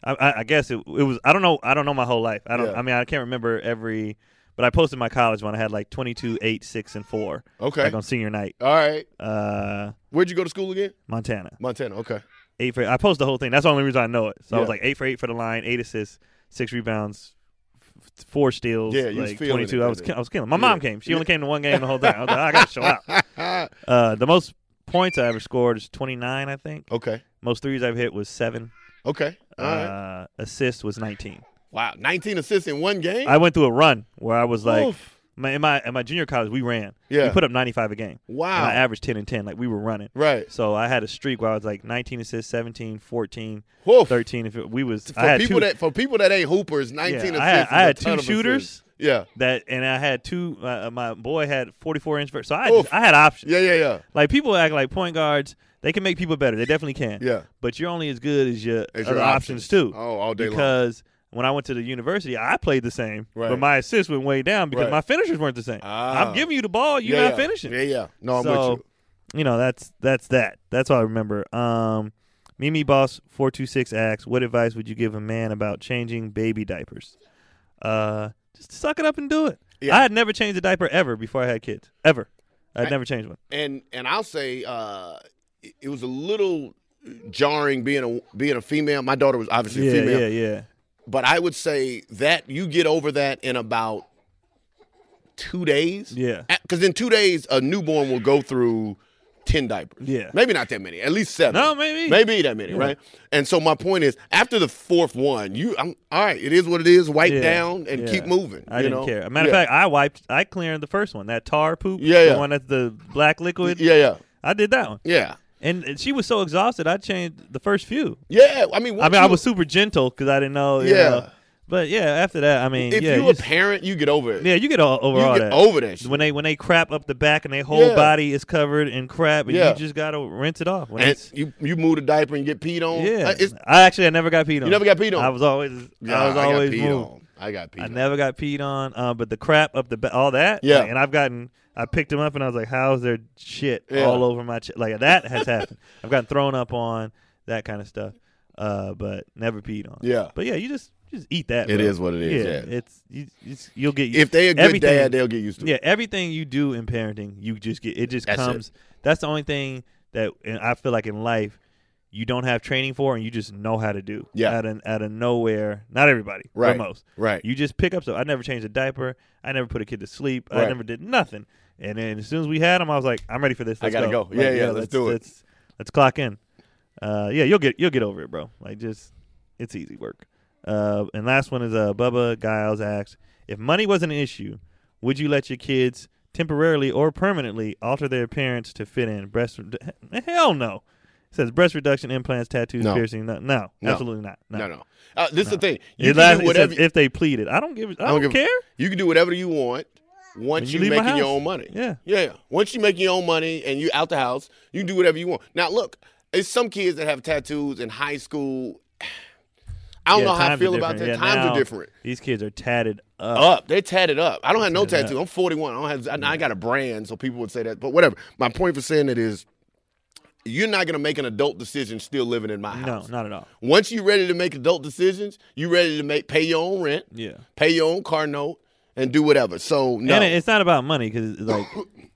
Speaker 1: I, I, I guess it, it was. I don't know. I don't know my whole life. I don't.
Speaker 3: Yeah.
Speaker 1: I mean, I can't remember every. But I posted my college one. I had like 22, 8, 6, and four.
Speaker 3: Okay.
Speaker 1: Like on senior night.
Speaker 3: All right.
Speaker 1: Uh,
Speaker 3: Where'd you go to school again?
Speaker 1: Montana.
Speaker 3: Montana. Okay.
Speaker 1: Eight for. I posted the whole thing. That's the only reason I know it. So I was
Speaker 3: Yeah.
Speaker 1: like eight for eight for the line, eight assists, six rebounds, f- four steals.
Speaker 3: Yeah, you was
Speaker 1: like
Speaker 3: feeling
Speaker 1: twenty two.
Speaker 3: it,
Speaker 1: I was
Speaker 3: wasn't
Speaker 1: ki-
Speaker 3: it?
Speaker 1: I was killing. My mom
Speaker 3: Yeah.
Speaker 1: came. She only came to one game the whole time. I was like, I gotta show out.
Speaker 3: Ah,
Speaker 1: Uh, the most points I ever scored is 29, I think.
Speaker 3: okay.
Speaker 1: Most threes I've hit was seven.
Speaker 3: Okay. All right.
Speaker 1: Uh, assist was 19.
Speaker 3: Wow. 19 assists in one game?
Speaker 1: I went through a run where I was like,
Speaker 3: Oof.
Speaker 1: my, in my in my junior college we ran.
Speaker 3: Yeah.
Speaker 1: we put up 95 a game.
Speaker 3: Wow.
Speaker 1: and I averaged 10 and 10. Like we were running.
Speaker 3: right.
Speaker 1: So I had a streak where I was like 19 assists, 17, 14,
Speaker 3: Woof.
Speaker 1: 13. If it, we was
Speaker 3: for
Speaker 1: I had
Speaker 3: people
Speaker 1: two,
Speaker 3: that for people that ain't hoopers, nineteen
Speaker 1: Yeah,
Speaker 3: assists.
Speaker 1: I had-
Speaker 3: is
Speaker 1: I
Speaker 3: a
Speaker 1: had two
Speaker 3: ton of assists.
Speaker 1: shooters.
Speaker 3: Yeah,
Speaker 1: that and I had two. Uh, my boy had 44 inch vert. So I
Speaker 3: Oof.
Speaker 1: I had options.
Speaker 3: yeah, yeah, yeah.
Speaker 1: Like people act like point guards, they can make people better. They definitely can.
Speaker 3: Yeah.
Speaker 1: But you're only as good as your
Speaker 3: As
Speaker 1: other
Speaker 3: your
Speaker 1: options,
Speaker 3: options.
Speaker 1: too.
Speaker 3: Oh, all day long.
Speaker 1: because when I went to the university, I played the same,
Speaker 3: Right.
Speaker 1: but my assists went way down because
Speaker 3: Right.
Speaker 1: my finishers weren't the same.
Speaker 3: Ah.
Speaker 1: I'm giving you the ball, you're
Speaker 3: yeah,
Speaker 1: not
Speaker 3: yeah.
Speaker 1: finishing.
Speaker 3: Yeah, yeah. No, I'm
Speaker 1: so,
Speaker 3: with you.
Speaker 1: you. know, that's that's that. That's all I remember. Um, Mimi Boss four two six asks, "What advice would you give a man about changing baby diapers?" Uh, just suck it up and do it.
Speaker 3: Yeah.
Speaker 1: I had never changed a diaper ever before I had kids. Ever, I'd
Speaker 3: I-
Speaker 1: never changed one.
Speaker 3: and and I'll say uh, it, it was a little jarring being a being a female. My daughter was obviously
Speaker 1: Yeah,
Speaker 3: a female,
Speaker 1: yeah, yeah.
Speaker 3: but I would say that you get over that in about two days.
Speaker 1: Yeah.
Speaker 3: because in two days a newborn will go through ten diapers.
Speaker 1: Yeah.
Speaker 3: maybe not that many, at least seven.
Speaker 1: No, maybe.
Speaker 3: maybe that many, right? And so my point is, after the fourth one, you, I'm all right. It is what it is. Wipe
Speaker 1: Yeah,
Speaker 3: down and
Speaker 1: yeah.
Speaker 3: keep moving.
Speaker 1: I
Speaker 3: you
Speaker 1: didn't
Speaker 3: know?
Speaker 1: care. A matter
Speaker 3: Yeah.
Speaker 1: of fact, I wiped. I cleared the first one, that tar poop.
Speaker 3: Yeah, yeah.
Speaker 1: The one that's the black liquid.
Speaker 3: yeah, yeah,
Speaker 1: I did that one,
Speaker 3: yeah,
Speaker 1: and, and she was so exhausted. I changed the first few.
Speaker 3: yeah. I mean,
Speaker 1: I
Speaker 3: once
Speaker 1: mean, I
Speaker 3: you-
Speaker 1: was super gentle because I didn't know. you
Speaker 3: Yeah.
Speaker 1: know. But yeah, after that, I mean,
Speaker 3: If
Speaker 1: yeah,
Speaker 3: you're
Speaker 1: you
Speaker 3: a
Speaker 1: just-
Speaker 3: parent, you get over it.
Speaker 1: yeah, you get all, over
Speaker 3: you
Speaker 1: all
Speaker 3: get
Speaker 1: that.
Speaker 3: over that shit.
Speaker 1: when they when they crap up the back and their whole
Speaker 3: Yeah.
Speaker 1: body is covered in crap, and
Speaker 3: Yeah.
Speaker 1: you just gotta rinse it off. When
Speaker 3: and
Speaker 1: it's-
Speaker 3: you you move the diaper and get peed on.
Speaker 1: yeah,
Speaker 3: Uh, it's-
Speaker 1: I actually I never got peed on.
Speaker 3: never got peed on?
Speaker 1: I was always
Speaker 3: Nah,
Speaker 1: I was always
Speaker 3: got peed
Speaker 1: moved.
Speaker 3: on. I got peed
Speaker 1: I
Speaker 3: on.
Speaker 1: never got peed on. Uh, but the crap up the ba- all that.
Speaker 3: Yeah.
Speaker 1: like, and I've gotten. I picked them up and I was like, "How is there shit
Speaker 3: Yeah.
Speaker 1: all over my chest?" Like that has happened. I've gotten thrown up on that kind of stuff. Uh, but never peed on.
Speaker 3: Yeah.
Speaker 1: But yeah, you just just eat that.
Speaker 3: It
Speaker 1: bro.
Speaker 3: is what it is, yeah.
Speaker 1: It's, you, it's you'll get
Speaker 3: If they a good
Speaker 1: everything-
Speaker 3: dad, they'll get used to
Speaker 1: yeah,
Speaker 3: it.
Speaker 1: everything you do in parenting, you just get it just
Speaker 3: That's it.
Speaker 1: comes. That's the only thing that and I feel like in life you don't have training for, and you just know how to do.
Speaker 3: Yeah.
Speaker 1: out of out of nowhere. Not everybody, but
Speaker 3: Right.
Speaker 1: most.
Speaker 3: Right.
Speaker 1: You just pick up stuff. I never changed a diaper. I never put a kid to sleep. I
Speaker 3: Right.
Speaker 1: never did nothing. And then as soon as we had him, I was like, I'm ready for this.
Speaker 3: I
Speaker 1: Let's
Speaker 3: gotta go.
Speaker 1: Like,
Speaker 3: Yeah, yeah, let's do it.
Speaker 1: Let's, let's clock in. Uh, yeah, you'll get you'll get over it, bro. Like just it's easy work. Uh, and last one is uh, Bubba Giles asks if money wasn't an issue, would you let your kids temporarily or permanently alter their appearance to fit in? Breast? Hell no. It says breast reduction, implants, tattoos,
Speaker 3: No.
Speaker 1: piercing. No, no,
Speaker 3: No.
Speaker 1: absolutely not. No.
Speaker 3: no, no. Uh, this is the thing. You
Speaker 1: It
Speaker 3: can
Speaker 1: last,
Speaker 3: do
Speaker 1: it says
Speaker 3: whatever.
Speaker 1: if they pleaded, I don't give. a- I,
Speaker 3: I
Speaker 1: don't,
Speaker 3: give a-
Speaker 1: care.
Speaker 3: you can do whatever you want. Once
Speaker 1: you
Speaker 3: you
Speaker 1: leave my
Speaker 3: making your
Speaker 1: house.
Speaker 3: own money.
Speaker 1: Yeah.
Speaker 3: yeah, yeah. Once you make your own money and you out the house, you can do whatever you want. Now look, it's some kids that have tattoos in high school. I don't
Speaker 1: Yeah,
Speaker 3: know how I
Speaker 1: times are
Speaker 3: feel about that.
Speaker 1: different. Yeah,
Speaker 3: times
Speaker 1: now
Speaker 3: are different.
Speaker 1: These kids are tatted up.
Speaker 3: up. They tatted up. I don't have no
Speaker 1: Tatted up.
Speaker 3: tattoo. I'm 41. I don't have. I, I got a brand, so people would say that. But whatever. My point for saying it is, you're not gonna make an adult decision still living in my
Speaker 1: No,
Speaker 3: house.
Speaker 1: not at all.
Speaker 3: Once you're ready to make adult decisions, you ready to make pay your own rent,
Speaker 1: Yeah.
Speaker 3: pay your own car note, and do whatever. So no,
Speaker 1: And it- it's not about money because like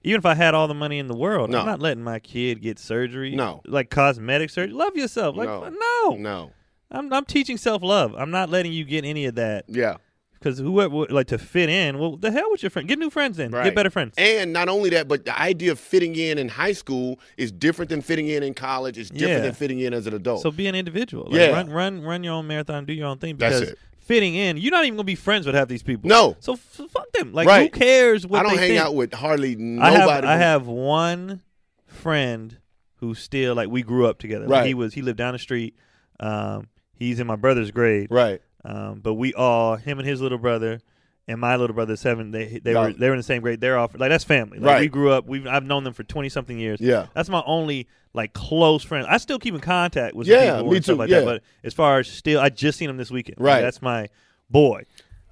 Speaker 1: even if I had all the money in the world,
Speaker 3: No.
Speaker 1: I'm not letting my kid get surgery.
Speaker 3: No.
Speaker 1: like cosmetic surgery. Love yourself. Like
Speaker 3: No.
Speaker 1: no, Oh.
Speaker 3: no,
Speaker 1: I'm I'm teaching self love. I'm not letting you get any of that
Speaker 3: yeah.
Speaker 1: because whoever would- like to fit in. Well, the hell with your friend. Get new friends then.
Speaker 3: Right.
Speaker 1: Get better friends.
Speaker 3: And not only that, but the idea of fitting in in high school is different than fitting in in college. It's different
Speaker 1: Yeah.
Speaker 3: than fitting in as an adult.
Speaker 1: so be an individual. Like,
Speaker 3: Yeah.
Speaker 1: Run, run, run your own marathon. Do your own thing.
Speaker 3: That's
Speaker 1: Because
Speaker 3: it.
Speaker 1: fitting in, you're not even gonna be friends with half these people.
Speaker 3: No.
Speaker 1: So f- fuck them. Like
Speaker 3: Right.
Speaker 1: who cares what
Speaker 3: I don't
Speaker 1: they
Speaker 3: hang
Speaker 1: think?
Speaker 3: out with hardly
Speaker 1: I
Speaker 3: nobody.
Speaker 1: have, I
Speaker 3: who-
Speaker 1: have one friend who still like we grew up together. Like,
Speaker 3: Right.
Speaker 1: he was he lived down the street. Um, he's in my brother's grade.
Speaker 3: right.
Speaker 1: Um, but we all him and his little brother and my little brother seven. They they were
Speaker 3: Right.
Speaker 1: they were in the same grade. They're all like that's family. Like,
Speaker 3: Right.
Speaker 1: We grew up. We have I've known them for twenty something years.
Speaker 3: Yeah.
Speaker 1: That's my only like close friend. I still keep in contact with
Speaker 3: Yeah,
Speaker 1: some people
Speaker 3: me
Speaker 1: and stuff
Speaker 3: too,
Speaker 1: like
Speaker 3: yeah.
Speaker 1: that. But as far as still, I just seen him this weekend. Like,
Speaker 3: Right.
Speaker 1: that's my boy.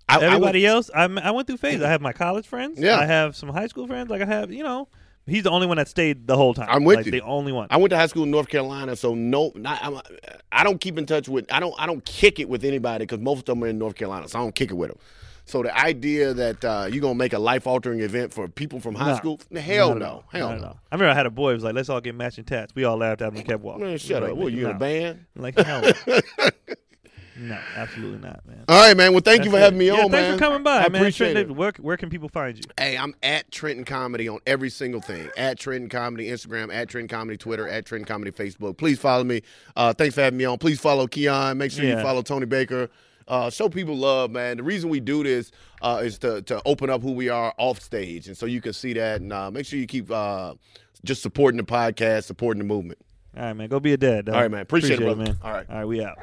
Speaker 3: I- I would-
Speaker 1: Everybody else, I'm, I went through phases. I have my college friends.
Speaker 3: Yeah.
Speaker 1: I have some high school friends. Like I have, you know, he's the only one that stayed the whole time.
Speaker 3: I'm with
Speaker 1: like,
Speaker 3: you.
Speaker 1: The only one.
Speaker 3: I went to high school in North Carolina, so no, not, I'm, I don't keep in touch with. I don't. I don't kick it with anybody because most of them are in North Carolina, so I don't kick it with them. So the idea that uh, you're gonna make a life altering event for people from high
Speaker 1: No.
Speaker 3: school, hell
Speaker 1: Not at
Speaker 3: no,
Speaker 1: all.
Speaker 3: hell
Speaker 1: Not at
Speaker 3: no.
Speaker 1: all. I remember I had a boy who was like, "Let's all get matching tats." We all laughed at him and kept walking.
Speaker 3: Man, shut
Speaker 1: Like,
Speaker 3: up. What, you in a
Speaker 1: no.
Speaker 3: band?
Speaker 1: Like hell, no. no, absolutely not, man.
Speaker 3: All right, man. Well, thank
Speaker 1: That's
Speaker 3: you for
Speaker 1: it.
Speaker 3: having me
Speaker 1: yeah,
Speaker 3: on,
Speaker 1: thanks
Speaker 3: man.
Speaker 1: for coming by,
Speaker 3: I
Speaker 1: man.
Speaker 3: appreciate
Speaker 1: Trenton,
Speaker 3: it.
Speaker 1: Where, where can people find you?
Speaker 3: Hey, I'm at Trenton Comedy on every single thing. At Trenton Comedy Instagram, at Trenton Comedy Twitter, at Trenton Comedy Facebook. Please follow me. Uh, thanks for having me on. Please follow Keon. Make sure you
Speaker 1: Yeah.
Speaker 3: follow Tony Baker. Uh, show people love, man. The reason we do this uh, is to to open up who we are off stage, and so you can see that. And uh, make sure you keep uh, just supporting the podcast, supporting the movement.
Speaker 1: All right, man. Go be a dad. Dog.
Speaker 3: All right, man. Appreciate it, brother.
Speaker 1: man.
Speaker 3: All right.
Speaker 1: all right. We out.